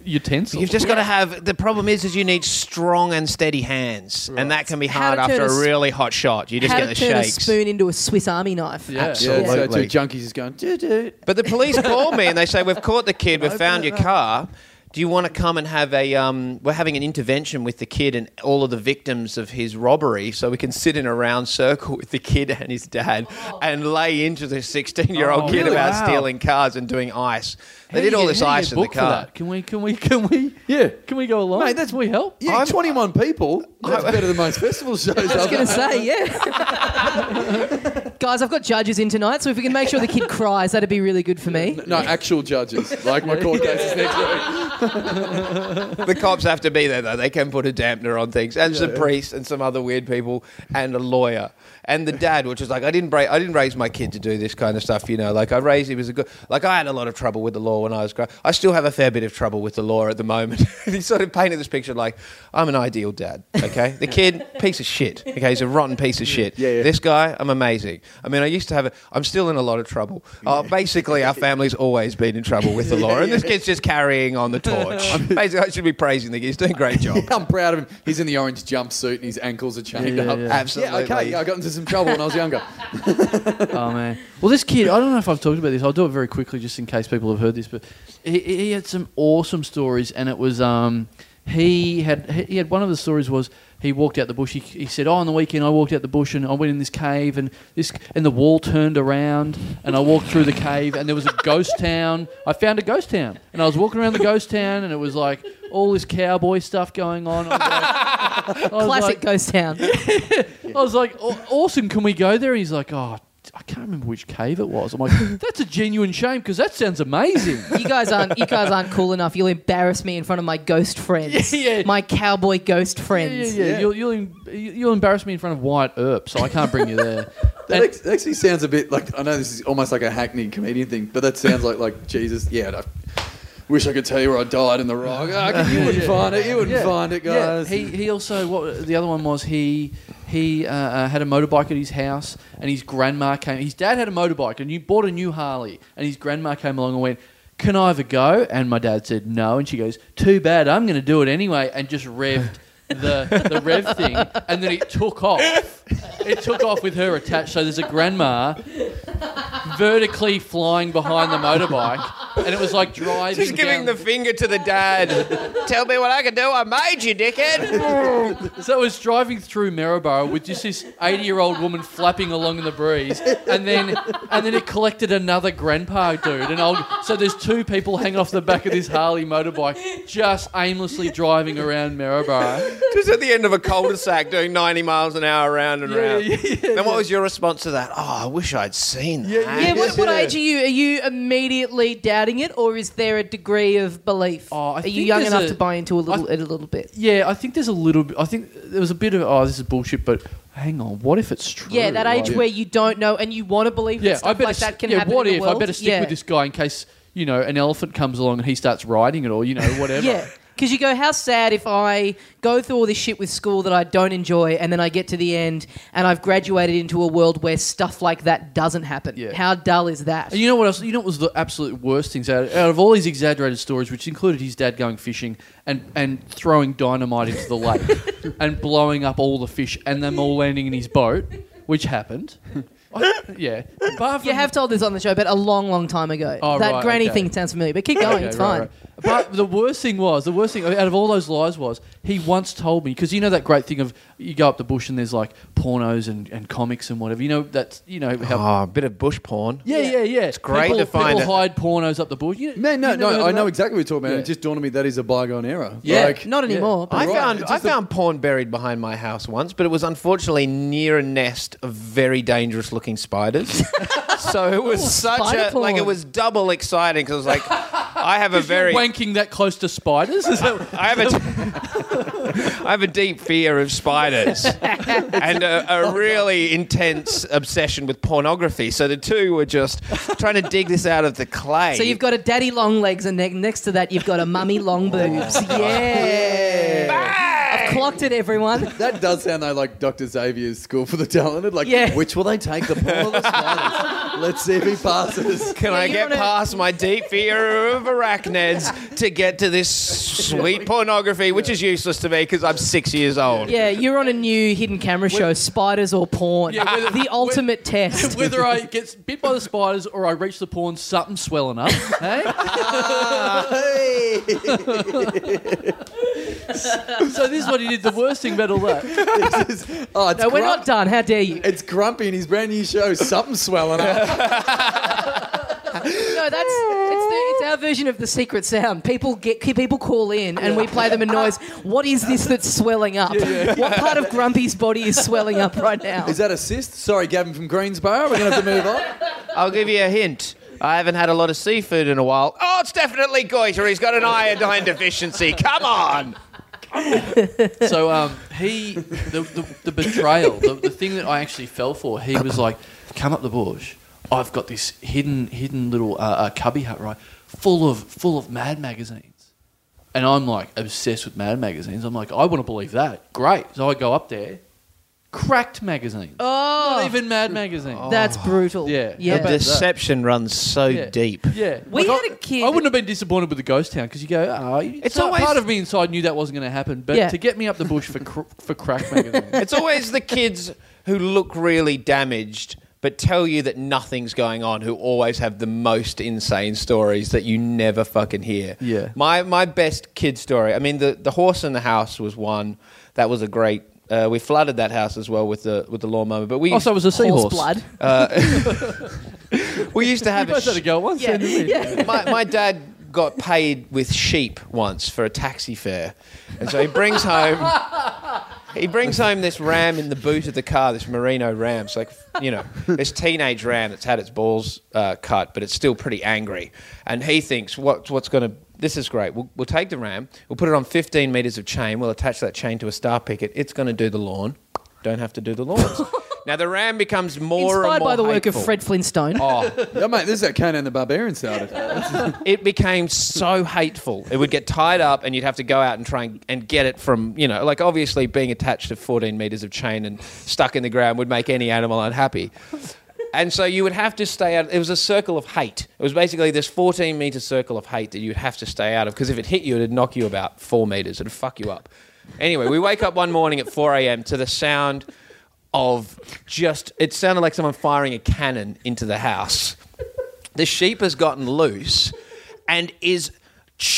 utensil.
You've just got to have. The problem is, is you need strong and steady hands, and that can be
How
hard
to turn
after
a
a
s-
really hot shot. You just
How
get
to
the
turn
shakes.
a spoon into a Swiss Army knife.
Yeah.
yeah, so
Absolutely.
two junkies is going, doo doo.
But the police call me and they say, We've caught the kid, we've found your car. do you want to come and have a? Um, we're having an intervention with the kid and all of the victims of his robbery, so we can sit in a round circle with the kid and his dad and lay into the sixteen-year-old
Oh,
kid
really?
about
Wow.
stealing cars and doing ice. They
How do
did
you
all
get-
this
how do you
ice
get
in the
booked for
car.
that? Can we? Can we? Can we? Yeah. Can we go along?
Mate, that's-
Can we help.
Yeah, 21 people. That's better than most festival shows.
I was
I've-
going to say, yeah. Guys, I've got judges in tonight, so if we can make sure the kid cries, that'd be really good for me.
No, actual judges. Like my court case is next week.
the cops have to be there though. They can put a dampener on things, and the priest and some other weird people, and a lawyer, and the dad, which was like, I didn't bra- I didn't raise my kid to do this kind of stuff, you know. Like I raised, he was a good, like I had a lot of trouble with the law when I was growing. I still have a fair bit of trouble with the law at the moment. And he sort of painted this picture like, I'm an ideal dad, okay? The kid, piece of shit, okay? He's a rotten piece of shit.
Yeah, yeah.
This guy, I'm amazing. I mean, I used to have, a, I'm still in a lot of trouble. Uh, basically, our family's always been in trouble with the law, and this kid's just carrying on the torch. basically, I should be praising the kid. He's doing a great job.
I'm proud of him. He's in the orange jumpsuit and his ankles are chained
Yeah, yeah,
up.
yeah.
Absolutely.
Yeah, okay. Yeah, I got into some trouble when I was younger.
oh man. Well, this kid. I don't know if I've talked about this. I'll do it very quickly, just in case people have heard this. But he, he had some awesome stories, and it was um, he had he had one of the stories was he walked out the bush. He, he said, "Oh, on the weekend I walked out the bush and I went in this cave and this and the wall turned around and I walked through the cave and there was a ghost town. I found a ghost town and I was walking around the ghost town and it was like all this cowboy stuff going on. I was like- I was
Classic
like-
ghost town.
I was like, "Aw- awesome, can we go there? And he's like, oh, I can't remember which cave it was. I'm like, that's a genuine shame because that sounds amazing.
You guys aren't you guys aren't cool enough. You'll embarrass me in front of my ghost friends.
Yeah, yeah.
My cowboy ghost
yeah, yeah,
friends.
yeah.
Yeah.
You'll, you'll, em- you'll embarrass me in front of Wyatt Earp, so I can't bring you there.
That
And-
ex- actually sounds a bit like I know this is almost like a hackneyed comedian thing, but that sounds like like Jesus. Yeah, I wish I could tell you where I died in the wrong. Ah, you wouldn't find it. You wouldn't find it,
Yeah,
guys.
he, he also what the other one was he he uh, uh, had a motorbike at his house and his grandma came. His dad had a motorbike and he bought a new Harley and his grandma came along and went. Can I have a go? And my dad said no, and she goes, "Too bad, I'm going to do it anyway," and just revved the the rev thing, and then it took off. It took off with her attached. So there's a grandma vertically flying behind the motorbike, and it was like driving.
Just
down-
giving the finger to the dad. Tell me what I can do. I made you, dickhead.
So it was driving through Maryborough with just this 80 year old woman flapping along in the breeze, and then and then it collected another grandpa dude. And old, so there's two people hanging off the back of this Harley motorbike, just aimlessly driving around Maryborough.
Just at the end of a cul-de-sac doing 90 miles an hour round and
Yeah,
round.
yeah, yeah,
then what was your response to that? Oh, I wish I'd seen that.
Yeah, what, what age are you? Are you immediately doubting it, or is there a degree of belief?
Oh, I
are you
think
young
there's
enough
a-
to buy into a little,
I-
it a little bit?
Yeah, I think there's a little bit. I think there was a bit of oh, this is bullshit, but hang on, what if it's true?
Yeah, that age
Like-
where you don't know and you want to believe yeah,
yeah,
that
I
stuff
better
like that can
yeah,
happen.
what
in the
if I
world.
better stick
yeah.
with this guy in case you know an elephant comes along and he starts riding it or you know whatever.
Yeah. Because you go, how sad if I go through all this shit with school that I don't enjoy, and then I get to the end and I've graduated into a world where stuff like that doesn't happen.
Yeah.
How dull is that?
And you know what else? You know what was the absolute worst things out, out of all these exaggerated stories, which included his dad going fishing and, and throwing dynamite into the lake and blowing up all the fish and them all landing in his boat, which happened. I- yeah. Apart
You have told this on the show, but a long, long time ago.
Oh,
that
right,
granny
okay.
thing sounds familiar, but keep going,
Okay,
it's
right,
fine.
right. But the worst thing was, the worst thing out of all those lies was, he once told me because you know that great thing of you go up the bush and there's like pornos and, and comics and whatever. You know that's you know how.
Oh, a bit of bush porn.
Yeah, yeah, yeah. It's
great
people,
to find
people
a-
hide pornos up the bush. You-
Man, no,
you never heard
no, I
of
know
that?
exactly what you're talking about.
Yeah.
It just dawned on me that is a bygone era.
Yeah.
Like,
Not anymore, but
I
Right,
found
it's
I
just a-
found porn buried behind my house once, but it was unfortunately near a nest of very dangerous looking spiders. so it was such
spider
a like it
porn.
was double exciting because I was like, I have a very
wanking that close to spiders. Is that,
I have a, I have a deep fear of spiders and a,
Oh,
a really intense obsession with pornography. So the two were just trying to dig this out of the clay.
So you've got a daddy long legs, and ne- next to that, you've got a mummy long boobs. Yeah.
Bang!
Of clocked it, everyone.
That does sound though like Dr. Xavier's school for the talented. Like,
Yeah.
which will they take, the poor or the smartest? Let's see if he passes.
Can I
you
get
wanna-
past my deep fear of arachnids to get to this sweet pornography, which is useless to me because I'm six years old?
Yeah, you're on a new hidden camera show, spiders or porn.
Yeah, whether-
the ultimate test.
Whether I get bit by the spiders or I reach the porn, something's swelling up. Hey? Uh,
Hey.
so this is what he did. The worst thing about all that.
This is- oh, it's
No, we're
grump-
not done. How dare you?
It's Grumpy in his brand new show, Something's Swelling Up.
No, that's it's, the, it's our version of the secret sound. People get people call in and we play them a noise. What is this that's swelling up? What part of Grumpy's body is swelling up right now?
Is that a cyst? Sorry, Gavin from Greensboro. We're going to have to move on.
I'll give you a hint. I haven't had a lot of seafood in a while. Oh, it's definitely goiter. He's got an iodine deficiency. Come on.
So um, he, the, the, the betrayal, the, the thing that I actually fell for, he was like, come up the bush. I've got this hidden, hidden little uh, uh, cubby hut, right, full of, full of Mad magazines. And I'm like obsessed with Mad magazines. I'm like, I want to believe that. Great. So I go up there, cracked magazine. Not
oh,
even Mad magazine.
that's brutal.
Yeah.
yeah.
How about-
Deception runs so
Yeah.
deep.
Yeah,
We
Like,
had
I-
a kid-
I wouldn't have been disappointed with the Ghost Town because you go, ah, it's
It's
always
always-
part of me inside knew that wasn't going to happen. But
Yeah.
to get me up the bush for cr- for crack magazine,
It's always the kids who look really damaged but tell you that nothing's going on who always have the most insane stories that you never fucking hear.
Yeah.
My my best kid story. I mean the the horse in the house was one that was a great uh, we flooded that house as well with the with the lawnmower, but we
also it Oh, was a
Horse
seahorse.
blood.
we used to
We
have a
both had
sh-
a go once.
Yeah.
didn't we?
yeah.
my, my dad got paid with sheep once for a taxi fare, and so he brings home he brings home this ram in the boot of the car, this merino ram. It's like you know this teenage ram that's had its balls uh, cut, but it's still pretty angry, and he thinks what what's going to this is great. We'll, we'll take the ram. We'll put it on 15 meters of chain. We'll attach that chain to a star picket. It's going to do the lawn. Don't have to do the lawns. now the ram becomes more and
Inspired
more
by the work
hateful.
of Fred Flintstone.
Oh,
Yeah, mate, this is how Conan the Barbarian started.
it became so hateful. It would get tied up, and you'd have to go out and try and, and get it from, you know, like obviously being attached to 14 meters of chain and stuck in the ground would make any animal unhappy. And so you would have to stay out. It was a circle of hate. It was basically this 14 meter circle of hate that you'd have to stay out of because if it hit you, it'd knock you about four meters. It'd fuck you up. Anyway, we wake up one morning at 4 a.m. to the sound of just, it sounded like someone firing a cannon into the house the sheep has gotten loose and is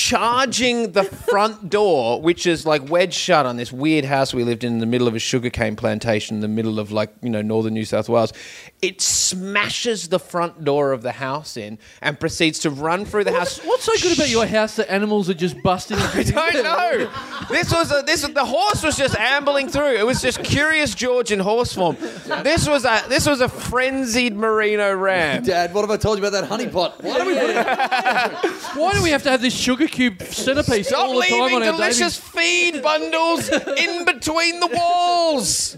charging the front door which is like wedged shut on this weird house we lived in in the middle of a sugarcane plantation in the middle of like you know northern new south wales it smashes the front door of the house in and proceeds to run through the house
What's so good about your house that animals are just busting?
I don't know. This was a, this the horse was just ambling through. It was just curious George in horse form. This was a this was a frenzied merino ram.
Dad, what have I told you about that honey pot? Why do we put it
Why do we have to have this sugar cube centerpiece
Stop
all the time
leaving
on our
delicious
dating-
feed bundles in between the walls.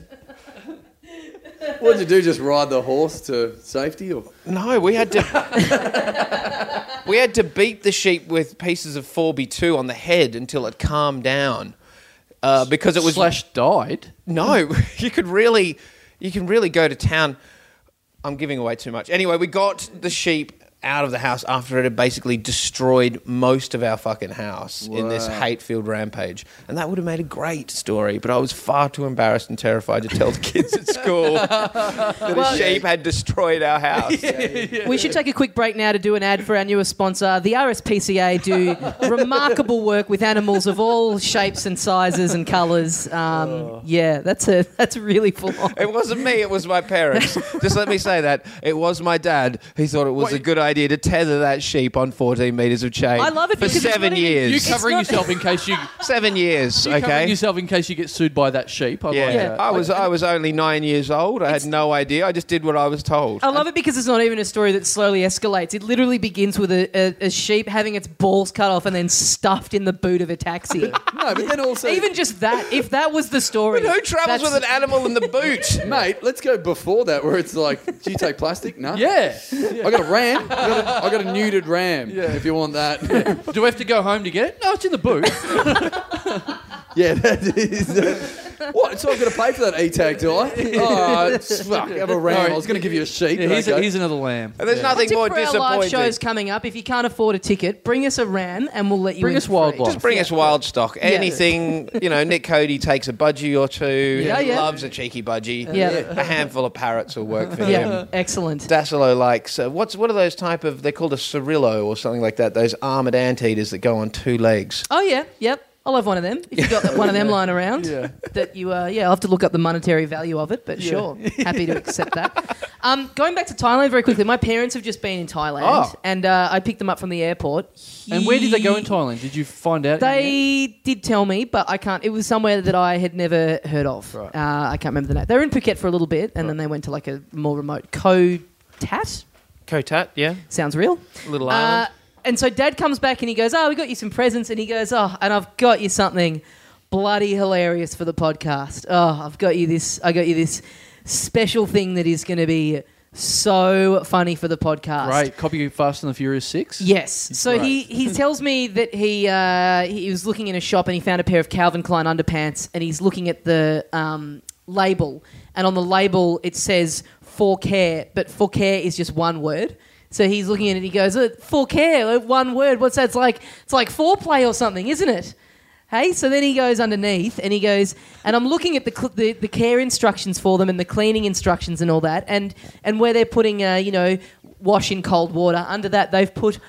What did you do? Just ride the horse to safety? Or
No, we had to. we had to beat the sheep with pieces of 4B2 on the head until it calmed down. Uh, because it was
slash died?
No, you could really, you can really go to town. I'm giving away too much. Anyway, we got the sheep out of the house after it had basically destroyed most of our fucking house in this
Wow.
hate-filled rampage, and that would have made a great story. But I was far too embarrassed and terrified to tell the kids at school that
Well-
a sheep had destroyed our house.
We should take a quick break now to do an ad for our newest sponsor. The RSPCA do remarkable work with animals of all shapes and sizes and colours. Um,
Oh.
Yeah, that's a that's really full on.
It wasn't me, it was my parents. Just let me say that. It was my dad. He thought it was a good idea to tether that sheep on 14 metres of chain
I love it
for
because it's
seven
not even-
years.
You
It's
covering
not-
yourself in case you
Seven years,
you covering
okay.
yourself in case you get sued by that sheep. I
Yeah.
like that.
I was I was only nine years old. I had no idea. I just did what I was told.
I love it because it's not even a story that slowly escalates. It literally begins with a, a, a sheep having its balls cut off and then stuffed in the boot of a taxi.
no, but then also,
even just that, if that was the story,
Who travels
that's-
with an animal in the boot?
mate, let's go before that, where it's like, do you take plastic? No.
Yeah.
I got a ram. I got a, I got a neutered ram. If you want that.
Do we have to go home to get it? No, it's in the boot.
Yeah, that is. uh, what? So I've got to pay for that e tag, do I? Oh, it's- fuck. Have a ram. I was going to give you a sheet.
Yeah,
but
here's,
okay.
here's another lamb.
And there's
Yeah.
nothing
Tip
more
for our live shows
disappointing.
coming up. If you can't afford a ticket, bring us a ram and we'll let you.
Bring
in
us
for free.
wildlife.
Just bring us wild stock. Anything, you know, Nick Cody takes a budgie or two.
Yeah,
he
yeah.
loves a cheeky budgie.
Yeah.
A handful of parrots will work for him.
Yeah, excellent.
Dassilo likes uh, what's what are those type of they're called a cirillo or something like that those armored anteaters that go on two legs
Oh yeah, yep. I'll have one of them. If you got one of them lying around,
Yeah.
that you, uh, yeah, I'll have to look up the monetary value of it, but
Yeah.
sure, happy to accept that. Um, going back to Thailand very quickly, my parents have just been in Thailand,
Oh.
and uh, I picked them up from the airport.
And where did they go in
He-
Thailand? Did you find out? in the end?
They did tell me, but I can't. It was somewhere that I had never heard of.
Right.
Uh, I can't remember the name. They were in Phuket for a little bit, and then they went to like a more remote Koh Tat.
kotat yeah
Sounds real.
little
Uh, and so dad comes back and he goes, Oh, we got you some presents. And he goes, Oh, and I've got you something bloody hilarious for the podcast. Oh, I've got you this, I got you this special thing that is going to be so funny for the podcast.
Great. Copy Fast and the Furious 6?
Yes. So
Right.
he, he tells me that he uh, he was looking in a shop and he found a pair of Calvin Klein underpants and he's looking at the um, label and on the label it says for care but for care is just one word. So he's looking at it and he goes "Uh, for care uh, one word. What's that? It's like it's like foreplay or something, isn't it? Hey, so then he goes underneath and he goes, and I'm looking at the, cl- the the care instructions for them and the cleaning instructions and all that, and and where they're putting, uh, you know, wash in cold water. Under that, they've put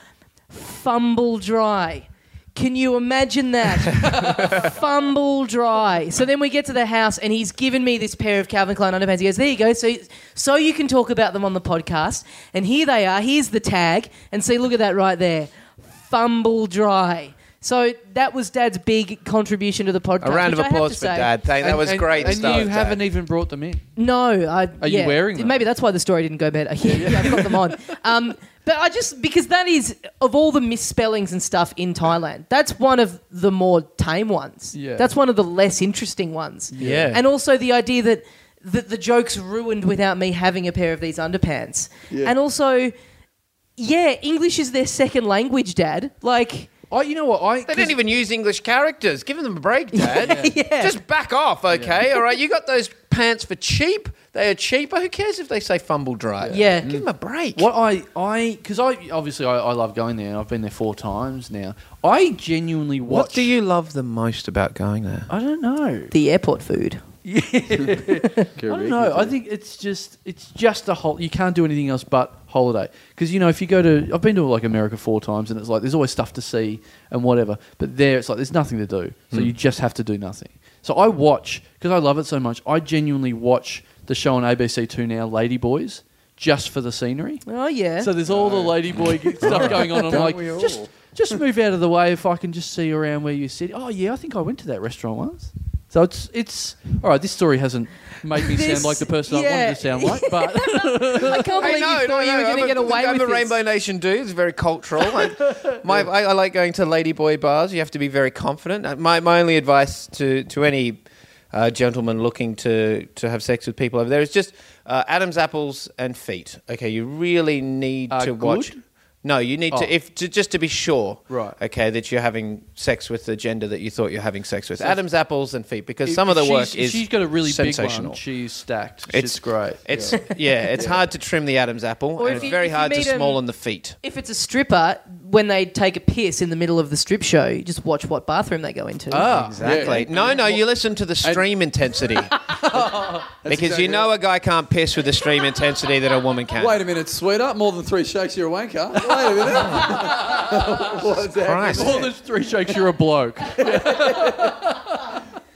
fumble dry. Can you imagine that? fumble dry. So then we get to the house, and he's given me this pair of Calvin Klein underpants. He goes, "There you go. So, so you can talk about them on the podcast." And here they are. Here's the tag, and see, look at that right there, fumble dry. So that was Dad's big contribution to the podcast.
a round of
which I have
applause
to
for
say-
dad thank that
And-
was
and-
great
And
stuff
you haven't even brought them in.
No, I.
Are you
yeah.
wearing them?
Maybe that's why the story didn't go better. yeah, I've got them on. Um, but I just because that is of all the misspellings and stuff in Thailand, that's one of the more tame ones.
Yeah.
that's one of the less interesting ones.
Yeah.
and also the idea that that the joke's ruined without me having a pair of these underpants,
Yeah.
and also, yeah, English is their second language, Dad. Like.
Oh, you know what? I
they don't even use English characters. Give them a break, Dad.
Yeah.
Just back off, okay? All right. You got those pants for cheap. They are cheaper. Who cares if they say fumble dry?
Yeah.
Give them a break.
What I I because I obviously I, I love going there. I've been there four times now. I genuinely watch.
What do you love the most about going there?
I don't know.
The airport food.
I don't know. I think it's just it's just a whole. You can't do anything else but holiday because you know if you go to I've been to like America four times and it's like there's always stuff to see and whatever. But there it's like there's nothing to do, so you just have to do nothing. So I watch because I love it so much. I genuinely watch the show on ABC Two now, Lady Boys, just for the scenery.
Oh yeah.
So there's all the ladyboy g- stuff going on. I'm like,
we all?
just just move out of the way if I can just see around where you sit. Oh yeah, I think I went to that restaurant once. So it's it's all right. This story hasn't made me
This-
sound like the person I
yeah.
wanted to sound like, but
I can't believe you thought you were going
I'm
to
a-
get away
I'm
with
a
this.
Rainbow Nation dude. It's very cultural. I, my, I, I like going to ladyboy bars. You have to be very confident. Uh, My, my only advice to, to any uh, gentleman looking to, to have sex with people over there is just uh, Adam's apples and feet. Okay, you really need
Uh,
to watch.
good?
No, you need
Oh.
to if to, just to be sure,
Right.
Okay, that you're having sex with the gender that you thought you're having sex with. Adam's apples and feet, because some of the
she's,
work is
she's got a really big
sensational.
one. She's stacked. It's great.
It's yeah, it's hard to trim the Adam's apple,
Or if
and it's
you-
very
if you
hard to
meet 'em-
smallen the feet.
If it's a stripper, when they take a piss in the middle of the strip show, you just watch what bathroom they go into.
Ah,
Exactly. No, no, you listen to the stream intensity. because
exactly
you know a guy can't piss with the stream intensity that a woman can.
Wait a minute, sweetheart. More than three shakes, you're a wanker. Wait a minute. What's that?
Christ.
more than three shakes, you're a bloke.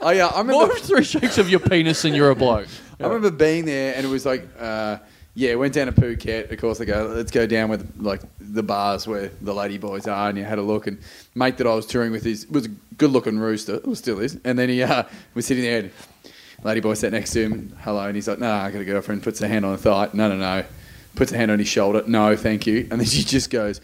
Oh yeah, I remember.
More than three shakes of your penis, and you're a bloke.
I remember being there, and it was like, uh, yeah, went down to Phuket. Of course, I go, let's go down with like the bars where the lady boys are, and you had a look. And mate that I was touring with is was a good looking rooster, or still is. And then he uh, was sitting there, and lady boy sat next to him, hello, and he's like, nah, I got a girlfriend. Puts her hand on her thigh. No, no, no. Puts her hand on his shoulder. No, thank you. And then she just goes.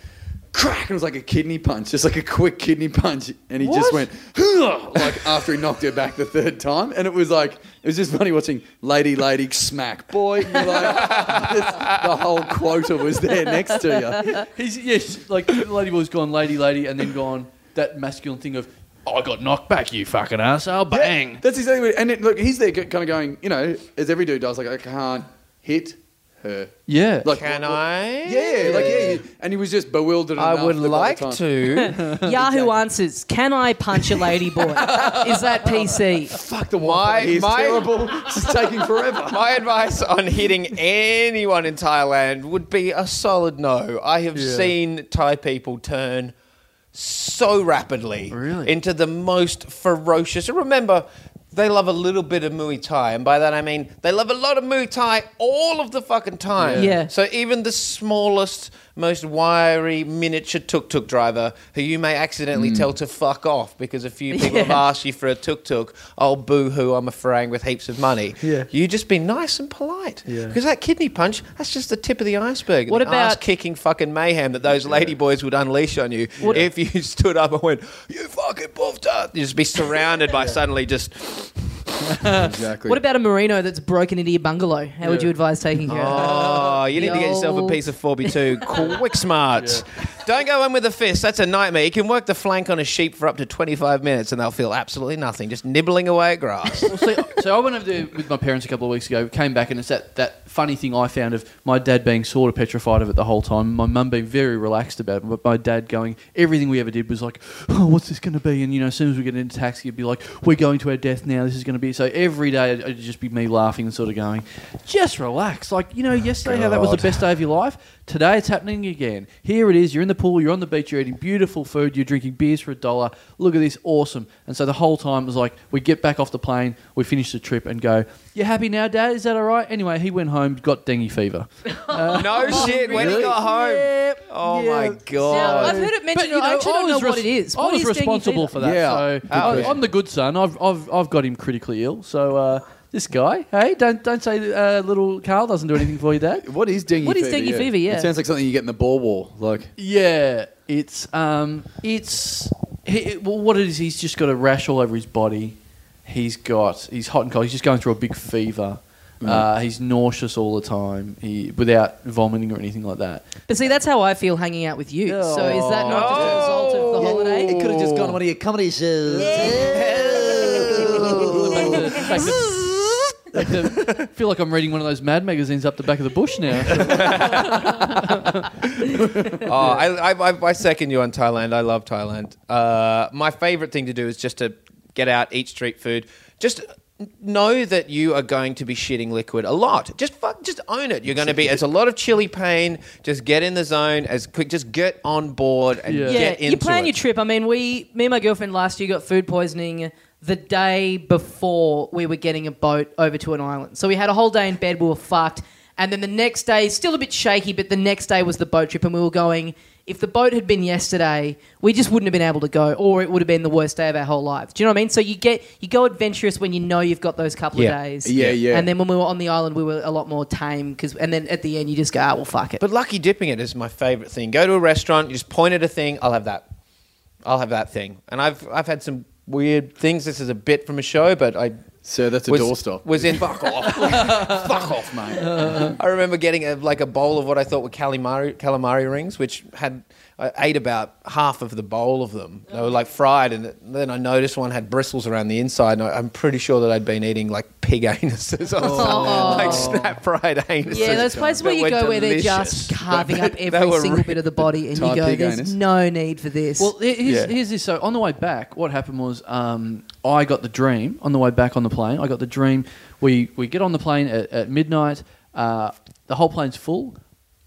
Crack! And it was like a kidney punch, just like a quick kidney punch, and he just
What?
went like after he knocked her back the third time, and it was like it was just funny watching lady, lady, smack, boy. and you're like, just- the whole quota was there next to you.
He's yes, like the lady was gone, lady, lady, and then gone that masculine thing of I got knocked back, you fucking asshole.
Yeah,
Bang.
that's exactly what. And it, look, he's there, kind of going, you know, as every dude does. Like, I can't hit her.
Yeah.
Like,
Can
what- what-
I?
Yeah, like yeah, he- and he was just bewildered.
I
enough
would
that by the
like
time-
to.
Yahoo answers. Can I punch a lady boy? Is that PC?
Fuck the
My-
Wi-Fi. He's
my-
terrible. It's taking forever.
My advice on hitting anyone in Thailand would be a solid no. I have seen Thai people turn so rapidly
Really?
into the most ferocious. And remember, they love a little bit of Muay Thai, and by that I mean they love a lot of Muay Thai all of the fucking time.
Yeah. Yeah.
So even the smallest, most wiry miniature tuk tuk driver who you may accidentally tell to fuck off because a few people have
Hmm. Yeah.
ask you for a tuk tuk, oh boo hoo, I'm a farang with heaps of money.
Yeah.
You just be nice and polite.
Yeah.
Because that kidney punch, that's just the tip of the iceberg.
What
the
about-
kicking fucking mayhem that those lady boys would unleash on you
What-
if you stood up and went, You fucking buffed up. You'd just be surrounded by suddenly just
exactly.
What about a merino that's broken into your bungalow? How would you advise taking care of that?
Oh, you need to get yourself a
Yo.
piece of 4B2. Quick smarts. Don't go in with a fist. That's a nightmare. You can work the flank on a sheep for up to 25 minutes and they'll feel absolutely nothing, just nibbling away at grass.
well, see, so I went over there with my parents a couple of weeks ago. Came back and it's that, that funny thing I found of my dad being sort of petrified of it the whole time. My mum being very relaxed about it, but my dad going everything we ever did was like, "Oh, what's this going to be?" And you know, as soon as we get into taxi, it'd be like, "We're going to our death now. This is going to be." So every day it'd it'd just be me laughing and sort of going, "Just relax." Like you know,
Oh,
yesterday how that was the best day of your life. Today it's happening again. Here it is. You're in the pool. You're on the beach. You're eating beautiful food. You're drinking beers for a dollar. Look at this, awesome. And so the whole time it was like we get back off the plane, we finish the trip, and go. You happy now, Dad? Is that all right? Anyway, he went home, got dengue fever.
no shit. When he
Really?
got home. Oh
Yeah.
my
Now,
god.
I've heard it mentioned.
you
I actually don't
was
know what
res-
it is.
I
What
was
is dengue
responsible
fever?
for that.
Yeah.
So
Good
I,
question.
I'm the good son. I've, I've, I've got him critically ill. So uh, this guy, hey, don't don't say uh, little Carl doesn't do anything for you, Dad.
What is dengue
What is
fever?
dengue fever, yeah.
It sounds like something you get in the ball war. Like,
Yeah, it's um, it's he, it- well, what it is. He's just got a rash all over his body. He's got he's hot and cold. He's just going through a big fever. Uh, he's nauseous all the time. He without vomiting or anything like that.
But see, that's how I feel hanging out with you. So is that not just a result of the
Oh.
No.
holiday?
It could have
Oh.
just gone one of your comedy shows.
Back to- back to- back to- feel like I'm reading one of those Mad magazines up the back of the bush now.
Oh, I, I, I, I second you on Thailand. I love Thailand. Uh, my favorite thing to do is just to get out, eat street food. Just know that you are going to be shitting liquid a lot. Just fuck, just own it. You're going to be. It's a lot of chili pain. Just get in the zone as quick. Just get on board and
Yeah.
yeah,
get into
you plan
it.
your trip. I mean, we, me and my girlfriend last year got food poisoning the day before we were getting a boat over to an island. So we had a whole day in bed. We were fucked. And then the next day, still a bit shaky, but the next day was the boat trip, and we were going. If the boat had been yesterday, we just wouldn't have been able to go, or it would have been the worst day of our whole lives. Do you know what I mean? So you get you go adventurous when you know you've got those couple
Yeah.
of days.
Yeah, yeah.
And then when we were on the island, we were a lot more tame because, and then at the end, you just go, ah, well, fuck it.
But lucky dipping it is my favorite thing. Go to a restaurant, you just point at a thing, I'll have that. I'll have that thing. And I've I've had some weird things. This is a bit from a show, but I
sir, that's a
was,
doorstop.
Was in fuck off, fuck off, mate. I remember getting a, like a bowl of what I thought were calamari calamari rings, which had I ate about half of the bowl of them. They were like fried, and then I noticed one had bristles around the inside. And I, I'm pretty sure that I'd been eating like pig anuses or something, like snap fried anuses.
Yeah, those places where
that
you
were
go where they're just
delicious.
carving up
They
every
were
single
re-
bit of the body, and you
Thai
go,
pig
"There's
anus.
no need for this."
well, he- here's,
Yeah.
here's this. So on the way back, what happened was um, I got the dream. On the way back on the plane, I got the dream. We we get on the plane at, at midnight. Uh, the whole plane's full.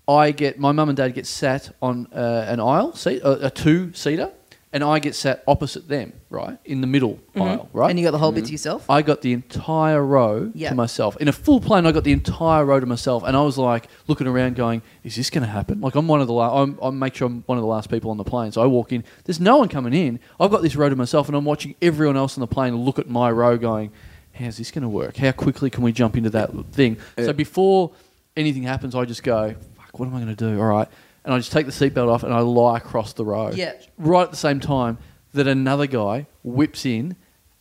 I get my mum and dad get sat on uh, an aisle seat, a, a two seater, and I get sat opposite them, right in the middle
Mm-hmm.
aisle, right.
and you got the whole bit to yourself.
I got the entire row
Yeah.
to myself. In a full plane, I got the entire row to myself, and I was like looking around, going, "Is this going to happen?" Like I'm one of the last. I'm, I make sure I'm one of the last people on the plane. So I walk in. There's no one coming in. I've got this row to myself, and I'm watching everyone else on the plane look at my row, going, "How's this going to work? How quickly can we jump into that thing?"
Yeah.
So before anything happens, I just go, "Fuck, what am I going to do?" All right, and I just take the seatbelt off and I lie across the row
Yeah.
right at the same time that another guy whips in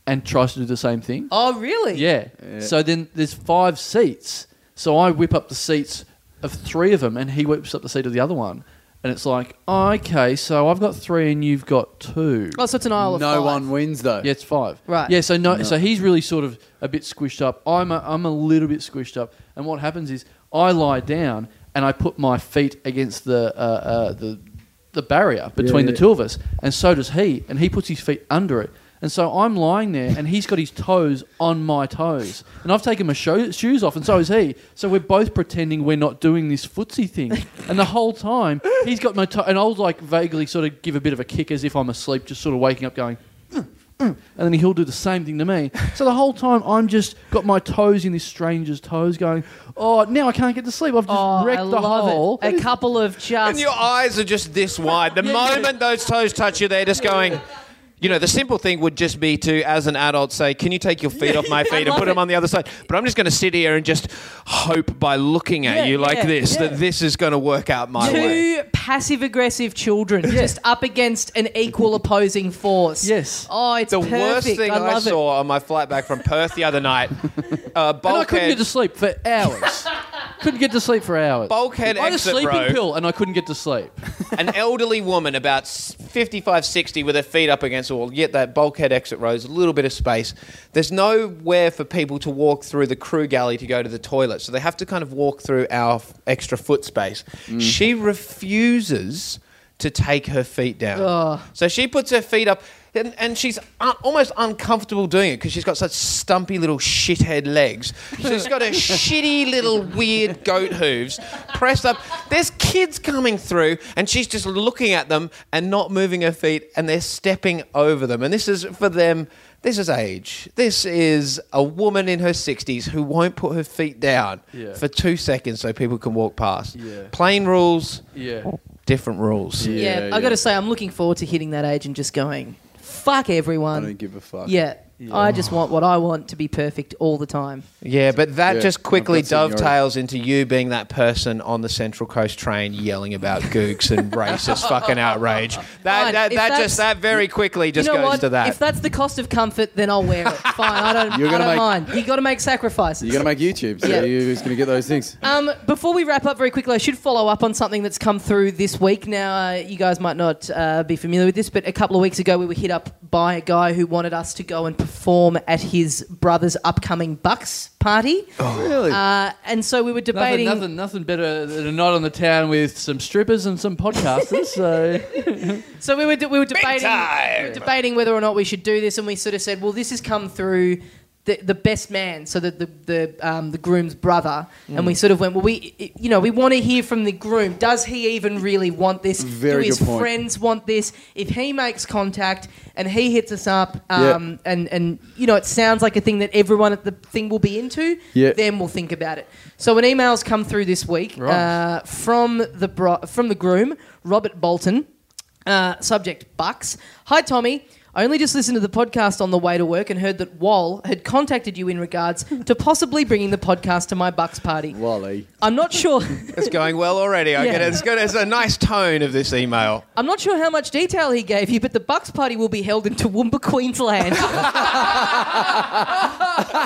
and tries to do the same thing.
Oh, really?
Yeah.
Yeah.
So then there's five seats. So I whip up the seats of three of them, and he whips up the seat of the other one. and it's like, oh, okay, so I've got three and you've got two.
Oh, so it's an aisle of
No
five.
one wins though.
Yeah, it's five.
Right.
Yeah. So no, So he's really sort of a bit squished up. I'm a, I'm a little bit squished up. And what happens is I lie down and I put my feet against the uh, uh, the the barrier between the two of us, and so does he. And he puts his feet under it. And so I'm lying there, and he's got his toes on my toes, and I've taken my sho- shoes off, and so is he. So we're both pretending we're not doing this footsie thing, and the whole time he's got my toe, and I'll like vaguely sort of give a bit of a kick as if I'm asleep, just sort of waking up, going, and then he'll do the same thing to me. So the whole time I'm just got my toes in this stranger's toes, going, "Oh, now I can't get to sleep. I've just
Oh,
wrecked
I
the
love
hole."
It. A couple of
And
just
your eyes are just this wide. The
Yeah, yeah.
moment those toes touch you, they're just going. You know, the simple thing would just be to, as an adult, say, "Can you take your feet off my feet and
love
put them
it.
on the other side?" But I'm just going to sit here and just hope by looking at
Yeah,
you like
yeah,
this
yeah.
that this is going to work out my way.
two passive aggressive children just up against an equal opposing force.
Yes.
Oh, it's
The
perfect.
worst thing I,
love it.
saw on my flight back from Perth the other night, uh,
and I couldn't get
bulkhead,
to sleep for hours. couldn't get to sleep for hours.
Bulkhead
I had a
exit
sleeping
row.
pill, and I couldn't get to sleep.
an elderly woman about s- 55, 60 with her feet up against the wall. Yet that bulkhead exit road is a little bit of space. There's nowhere for people to walk through the crew galley to go to the toilet. So they have to kind of walk through our f- extra foot space. She refuses to take her feet down. So she puts her feet up. And, and she's un- almost uncomfortable doing it because she's got such stumpy little shithead legs. She's got her shitty little weird goat hooves pressed up. There's kids coming through, and she's just looking at them and not moving her feet, and they're stepping over them. And this is for them. This is age. This is a woman in her 60s who won't put her feet down
Yeah.
for two seconds so people can walk past.
Yeah.
Plain rules,
Yeah.
different rules.
Yeah,
Yeah,
I got
yeah.
to say, I'm looking forward to hitting that age and just going, fuck
I
everyone.
don't give a fuck.
yeah, I just want what I want to be perfect all the time.
Yeah, but that
Yeah,
just quickly
I've got
dovetails into you being that person on the Central Coast train yelling about gooks and racist fucking outrage. That
Fine,
that,
if
that
that's-
just that very quickly just
you know
goes
what?
to that.
If that's the cost of comfort, then I'll wear it. Fine, I don't,
You're
I
gonna
don't
make-
mind. you got to make sacrifices.
You're gonna make YouTube, so
Yeah.
you who's gonna get those things?
Um, before we wrap up very quickly, I should follow up on something that's come through this week. Now, uh, you guys might not uh, be familiar with this, but a couple of weeks ago, we were hit up by a guy who wanted us to go and perform at his brother's upcoming Bucks party.
Oh.
Really?
Uh, and so we were
Nothing,
debating.
nothing, nothing better than a night on the town with some strippers and some podcasters. so
So we were, de- we were debating
time.
we were debating whether or not we should do this, and we sort of said, well, this has come through the, the best man, so the the the, um, the groom's brother, and
Mm.
we sort of went, well, we i- you know we want to hear from the groom. Does he even really want this?
Very
Do his
good point.
friends want this? If he makes contact and he hits us up,
Yeah.
um, and and you know it sounds like a thing that everyone at the thing will be into,
Yeah.
then we'll think about it. So an email's come through this week
Right.
uh, from the bro- from the groom Robert Bolton. Uh, subject Bucks. Hi Tommy. I only just listened to the podcast on the way to work and heard that Wall had contacted you in regards to possibly bringing the podcast to my Bucks party.
Wally.
I'm not sure.
it's going well already. I
Yeah.
get it. It's good. It's a nice tone of this email.
I'm not sure how much detail he gave you, but the Bucks party will be held in Toowoomba, Queensland.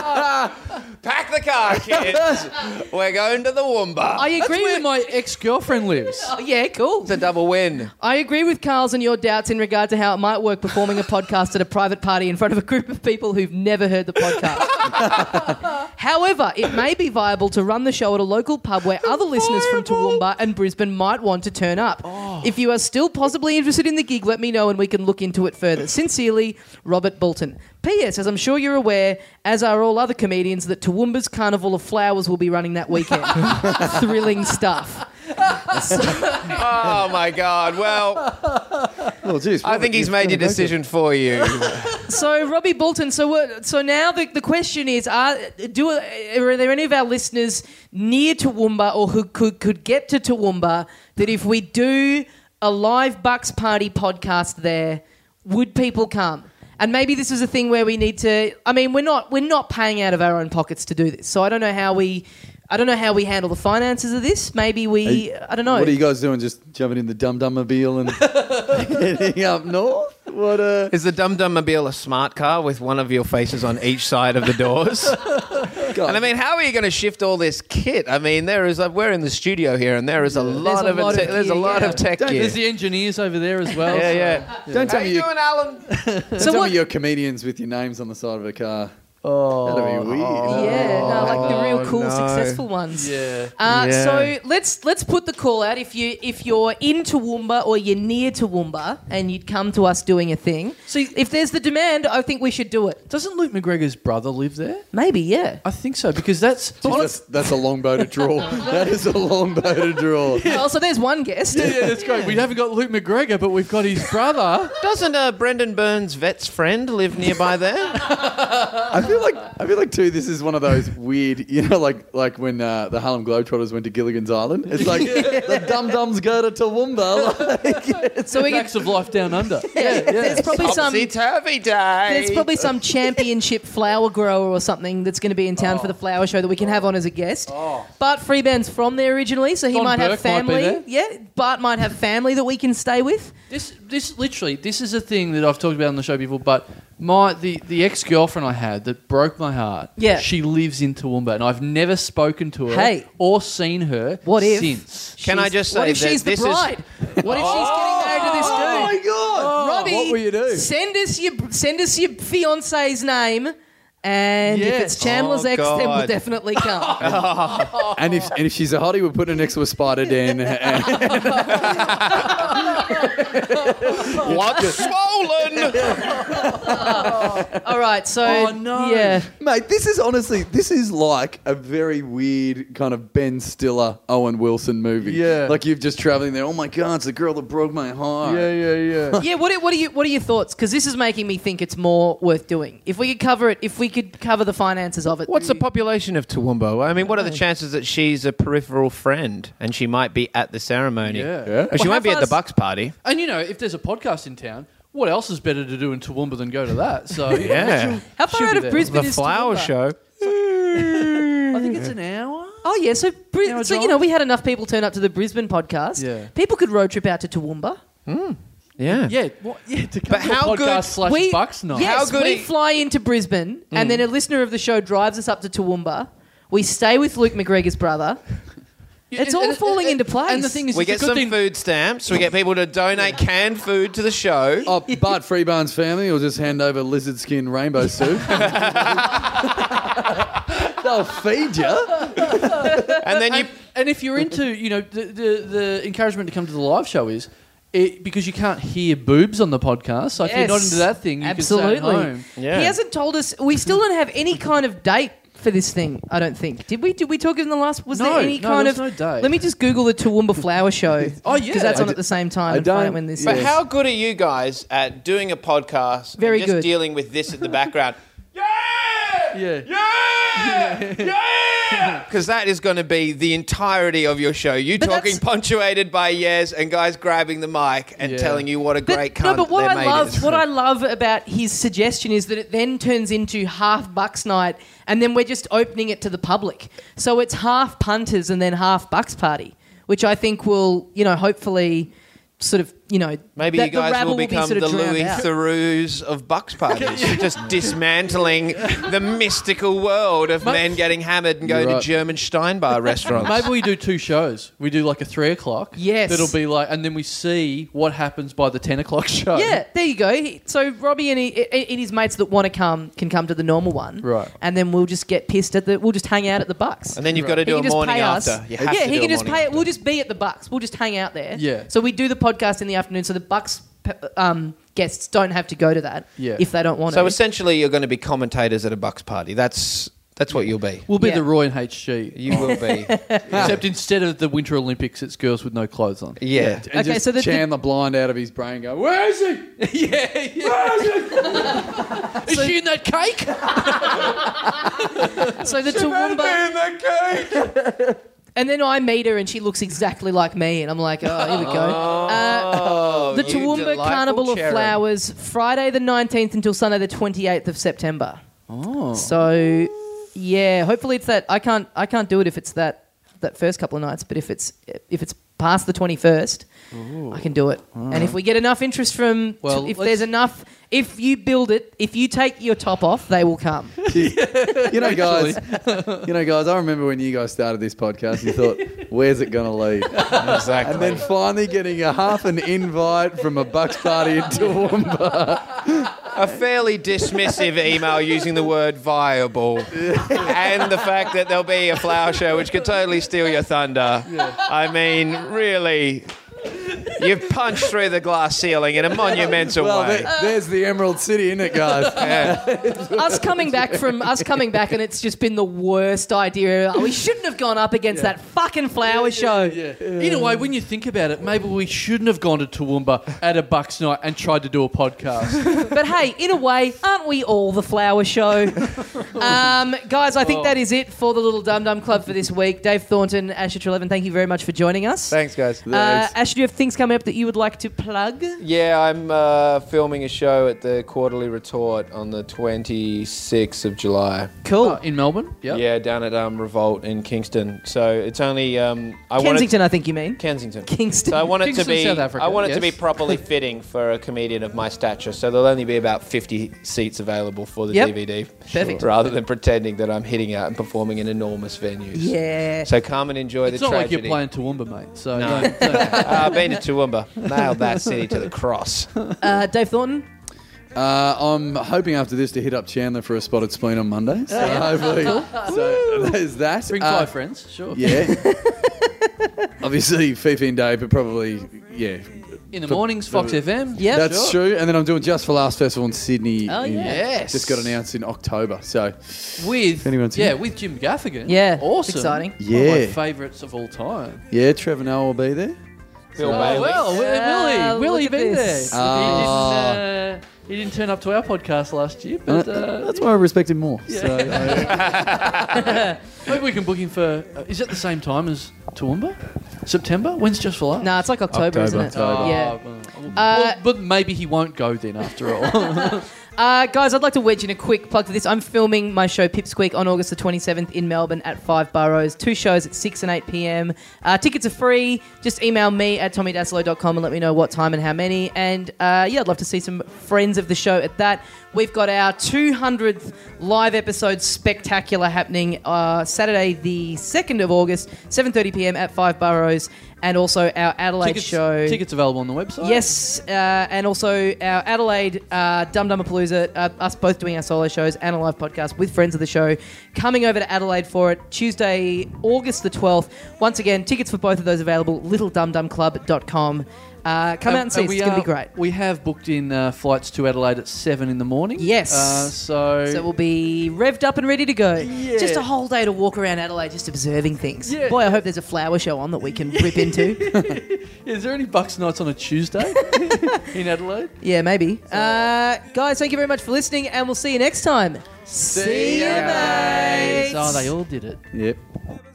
Pack the car, kids. We're going to the Woomba.
I
that's
agree
where
with.
my ex-girlfriend lives.
Oh, yeah, cool.
it's a double win.
I agree with Carl's and your doubts in regard to how it might work performing a podcast at a private party in front of a group of people who've never heard the podcast. However, it may be viable to run the show at a local pub where other listeners from Toowoomba and Brisbane might want to turn up. If you are still possibly interested in the gig, let me know and we can look into it further. Sincerely, Robert Bolton. P.S. As I'm sure you're aware, as are all other comedians, that Toowoomba's Carnival of Flowers will be running that weekend. Thrilling stuff.
Oh my God. Well,
Oh, geez,
I think he's made your decision for you.
So Robbie Bolton. So what, so now the, the question is: Are do are there any of our listeners near Toowoomba or who could could get to Toowoomba that if we do a live Bucks Party podcast there, would people come? And maybe this is a thing where we need to. I mean, we're not we're not paying out of our own pockets to do this, so I don't know how we. I don't know how we handle the finances of this. Maybe we,
Hey,
I don't know.
What are you guys doing? Just jumping in the dum dum mobile and heading up north? What uh
Is the Dum Dum Mobile a smart car with one of your faces on each side of the doors?
God.
and I mean, how are you going to shift all this kit? I mean, there is a, we're in the studio here, and there is a lot
a
of
lot
inte-
of
there's a
gear,
lot
yeah.
of tech
Don't-
gear.
There's the engineers over there as well.
yeah,
so-
yeah.
don't
How
tell me
you
you
doing, Alan?
don't
So
tell
what-
me you're comedians with your names on the side of a car.
Oh.
That'd be weird.
Yeah, no, like the
Oh,
real cool,
no.
successful ones.
Yeah.
Uh,
Yeah.
So let's let's put the call out if you if you're in Toowoomba or you're near Toowoomba and you'd come to us doing a thing.
See-
if there's the demand, I think we should do it.
Doesn't Luke McGregor's brother live there?
Maybe, yeah.
I think so because that's
Jeez, that's, that's a long bow to draw. that is a long bow to draw.
Well, so there's one guest.
yeah, yeah, that's great. We haven't got Luke McGregor, but we've got his brother.
Doesn't uh, Brendan Burns' vet's friend live nearby there?
I feel like I feel like too. This is one of those weird, you know, like like when uh, the Harlem Globetrotters went to Gilligan's Island. It's like the Dum Dums go to Toowoomba.
so we can.
Facts of life down under.
There's probably some.
Topsy-turvy day.
There's probably some championship flower grower or something that's going to be in town for
Oh.
the flower show that we can have on as a guest. Bart Freeman's from there originally, so he
Don
might have
Burke might be
family.
there.
Yeah, Bart might have family that we can stay with.
This, this literally, this is a thing that I've talked about on the show before. But my the, the ex girlfriend I had that broke my heart.
Yeah.
she lives in Toowoomba, and I've never spoken to her
Hey.
or seen her.
What if?
since?
Can I just
what
say
if
that
she's
this
the
is-
bride? What if she's getting married to this dude?
Oh my god!
Robbie,
what will you do?
Send us your send us your fiance's name, and if it's
Yes.
Chandler's
Oh,
ex, then we'll
God.
definitely come.
And if and if she's a hottie, we're putting her next to a spider den. And
What's swollen?
All right, so
Oh, no.
yeah,
Mate, this is honestly, this is like a very weird kind of Ben Stiller, Owen Wilson movie.
Yeah.
Like you've just traveling there. Oh my God, it's the girl that broke my heart.
yeah, yeah.
yeah. What are, what are you what are your thoughts? Because this is making me think it's more worth doing. If we could cover it, if we could cover the finances of it.
What's the population of Toowoomba? I mean, what are the chances that she's a peripheral friend and she might be at the ceremony?
Yeah.
Yeah.
Or she
Well,
won't be
how
at the
far's-
Bucks party.
And you know, if there's a podcast in town, what else is better to do in Toowoomba than go to that? So
Yeah.
how far
She'll
out
be
of
there.
Brisbane
The
is
flower
Toowoomba?
show.
I think it's an hour.
Oh yeah, so Bri-
Hour
so you
drive?
know we had enough people turn up to the Brisbane podcast.
Yeah.
people could road trip out to Toowoomba.
Yeah.
Yeah, what, yeah. To come
But
to a
how
podcast
good-
slash Bucks Mm. night.
Yes,
How good
we
are you-
fly into Brisbane, and then a listener of the show drives us up to Toowoomba. We stay with Luke McGregor's brother. It's all falling into place.
And the thing is,
We
it's a
get
good
some
thing-
food stamps. We get people to donate canned food to the show.
Oh, Bart Freebarn's family will just hand over lizard skin rainbow soup. They'll feed you.
And then you.
and, and if you're into, you know, the, the the encouragement to come to the live show is it, because you can't hear boobs on the podcast. So if you're not
Yes.
into that thing, you can stay at home.
Yeah.
He hasn't told us. We still don't have any kind of date for this thing. I don't think. Did we? Did we talk in the last? Was
No,
there any
no,
kind
there
of?
was no date.
Let me just Google the Toowoomba Flower Show.
Oh, yeah.
because that's
I
on at the same time.
I
and find out
don't-
when this.
yeah.
But
is.
how good are you guys at doing a podcast?
Very
and just
good.
dealing with this in the background. yeah.
Yeah.
Yeah! Yeah! Because that is going to be the entirety of your show. You
But
talking
that's-
punctuated by yes and guys grabbing the mic and
Yeah.
telling you what a
But-
great
no,
cunt
but what
their
I
mate
love,
is.
what I love about his suggestion is that it then turns into half Bucks night, and then we're just opening it to the public. So it's half punters and then half Bucks party, which I think will, you know, hopefully, sort of, you know,
Maybe
that
you guys
rabble
will become
be sort
the
of drowned
Louis
out.
Theroux of Bucks parties, just dismantling the mystical world of men getting hammered and going
You're
to
right.
German Steinbar restaurants.
Maybe we do two shows. We do like a three o'clock.
Yes.
That'll be like, and then we see what happens by the ten o'clock show.
Yeah, there you go. He- So Robbie and, he, and his mates that want to come can come to the normal one,
Right.
And then we'll just get pissed at the. We'll just hang out at the Bucks.
And then you've got to
He
do a
can just
morning
pay us.
after. You have
yeah,
to
he
do
can
a
just
morning
pay it.
after.
We'll just be at the Bucks. We'll just hang out there.
Yeah.
So we do the podcast in the afternoon, so the Bucks pe- um, guests don't have to go to that
Yeah.
if they don't want
So
to.
essentially, you're going to be commentators at a Bucks party. That's that's what you'll be.
We'll be
Yeah.
the Roy and HG.
You will be.
Except instead of the Winter Olympics, it's girls with no clothes on.
Yeah.
And
Okay,
just
so the-
Chan the blind out of his brain and go, Where is he?
yeah, yeah. Is she in that cake?
so the Toowoomba, and then I meet her and she looks exactly like me, and I'm like, oh, here we go. Uh,
Oh,
the
you
Toowoomba
delightful
Carnival of
cherub.
Flowers, Friday the 19th until Sunday the 28th of September.
Oh.
So Yeah, hopefully it's that. I can't. I can't do it if it's that. That first couple of nights, but if it's if it's past the twenty first, I can do it. And if we get enough interest from,
Well,
if
let's-
there's enough, if you build it, if you take your top off, they will come.
You know, guys. you know, guys. I remember when you guys started this podcast. You thought, "Where's it going to lead?"
Exactly.
And then finally getting a half an invite from a Bucks party in Toowoomba.
a fairly dismissive email using the word viable and the fact that there'll be a flower show which could totally steal your thunder. I mean, really, you've punched through the glass ceiling in a monumental
Well,
way.
there- there's the Emerald City, isn't it, guys?
Yeah.
us coming back from us coming back, and it's just been the worst idea. We shouldn't have gone up against that fucking flower show.
In a way, when you think about it, maybe we shouldn't have gone to Toowoomba at a Bucks night and tried to do a podcast.
But hey, in a way, aren't we all the flower show? um, guys, I think that is it for the Little Dum Dum Club for this week. Dave Thornton, Asher Trelevan, thank you very much for joining us.
Thanks, guys.
Uh, Asher, do you have things coming up that you would like to plug?
Yeah, I'm uh, filming a show at the Quarterly Retort on the 26th of July.
Cool.
Oh, in Melbourne, yeah.
Yeah, down at um, Revolt in Kingston. So it's only um, I wanted
Kensington, I think you mean.
Kensington.
Kingston.
So I want it to
Kingston,
be
South Africa,
I want it to
yes.
be properly fitting for a comedian of my stature. So there'll only be about 50 seats available for the
Yep.
DVD.
Perfect.
Rather than pretending that I'm hitting out and performing in enormous venues.
Yeah.
So come and enjoy
It's
the
not
tragedy.
like you're playing Toowoomba, mate. So don't-
No.
don't.
Uh, I've been to Toowoomba, nailed that city to the cross.
Uh, Dave Thornton,
Uh, I'm hoping after this to hit up Chandler for a spotted spleen on Monday. So hopefully, so there's that.
bring
Uh,
five friends, sure.
Yeah. Obviously, Fifi and Dave, but probably yeah.
In the mornings, Fox FM.
Yeah.
That's
sure.
true. And then I'm doing Just for Last Festival in Sydney.
Oh,
in-
yeah.
Yes.
Just got announced in October. So
With
anyone's
yeah,
in.
with Jim Gaffigan.
Yeah,
awesome,
exciting.
One
Yeah.
of my favourites of all time.
yeah, Trevor Noah will be there.
Bill
Oh,
Bailey.
well, will
Yeah,
Willie, Willie
look at
be there.
this.
Ah.
He, didn't, uh, he didn't turn up to our podcast last year,
And
but
that-
uh,
that's why I respect him more. So, uh,
maybe we can book him for. Uh, is it the same time as Toowoomba? September? When's just for last?
Nah, it's like October,
October,
isn't it?
October.
Yeah.
well,
Uh,
but maybe he won't go then after all.
Uh, guys, I'd like to wedge in a quick plug to this. I'm filming my show Pipsqueak on August the 27th in Melbourne at Five Burrows. Two shows at 6 and 8 p.m. Uh, tickets are free. Just email me at tommydaslow.com and let me know what time and how many. And uh, yeah, I'd love to see some friends of the show at that. We've got our 200th live episode spectacular happening uh, Saturday the 2nd of August, 7.30 p.m. at Five Burrows. And also our Adelaide
tickets,
show.
tickets available on the website.
Yes, uh, and also our Adelaide uh, Dum Dumapalooza, uh, us both doing our solo shows and a live podcast with friends of the show, coming over to Adelaide for it Tuesday, August the 12th. Once again, tickets for both of those available, littledumdumclub.com. Uh, come out and see us.
Um, we
It's going to be
are-
great.
We have booked in uh, flights to Adelaide at seven in the morning.
Yes.
Uh, so,
So we'll be revved up and ready to go.
Yeah.
Just a whole day to walk around Adelaide just observing things.
Yeah.
Boy, I hope there's a flower show on that we can rip into.
is there any Bucks nights on a Tuesday in Adelaide?
Yeah, maybe. Uh, guys, thank you very much for listening, and we'll see you next time. See
ya,
mates.
Oh, they all did it.
yep.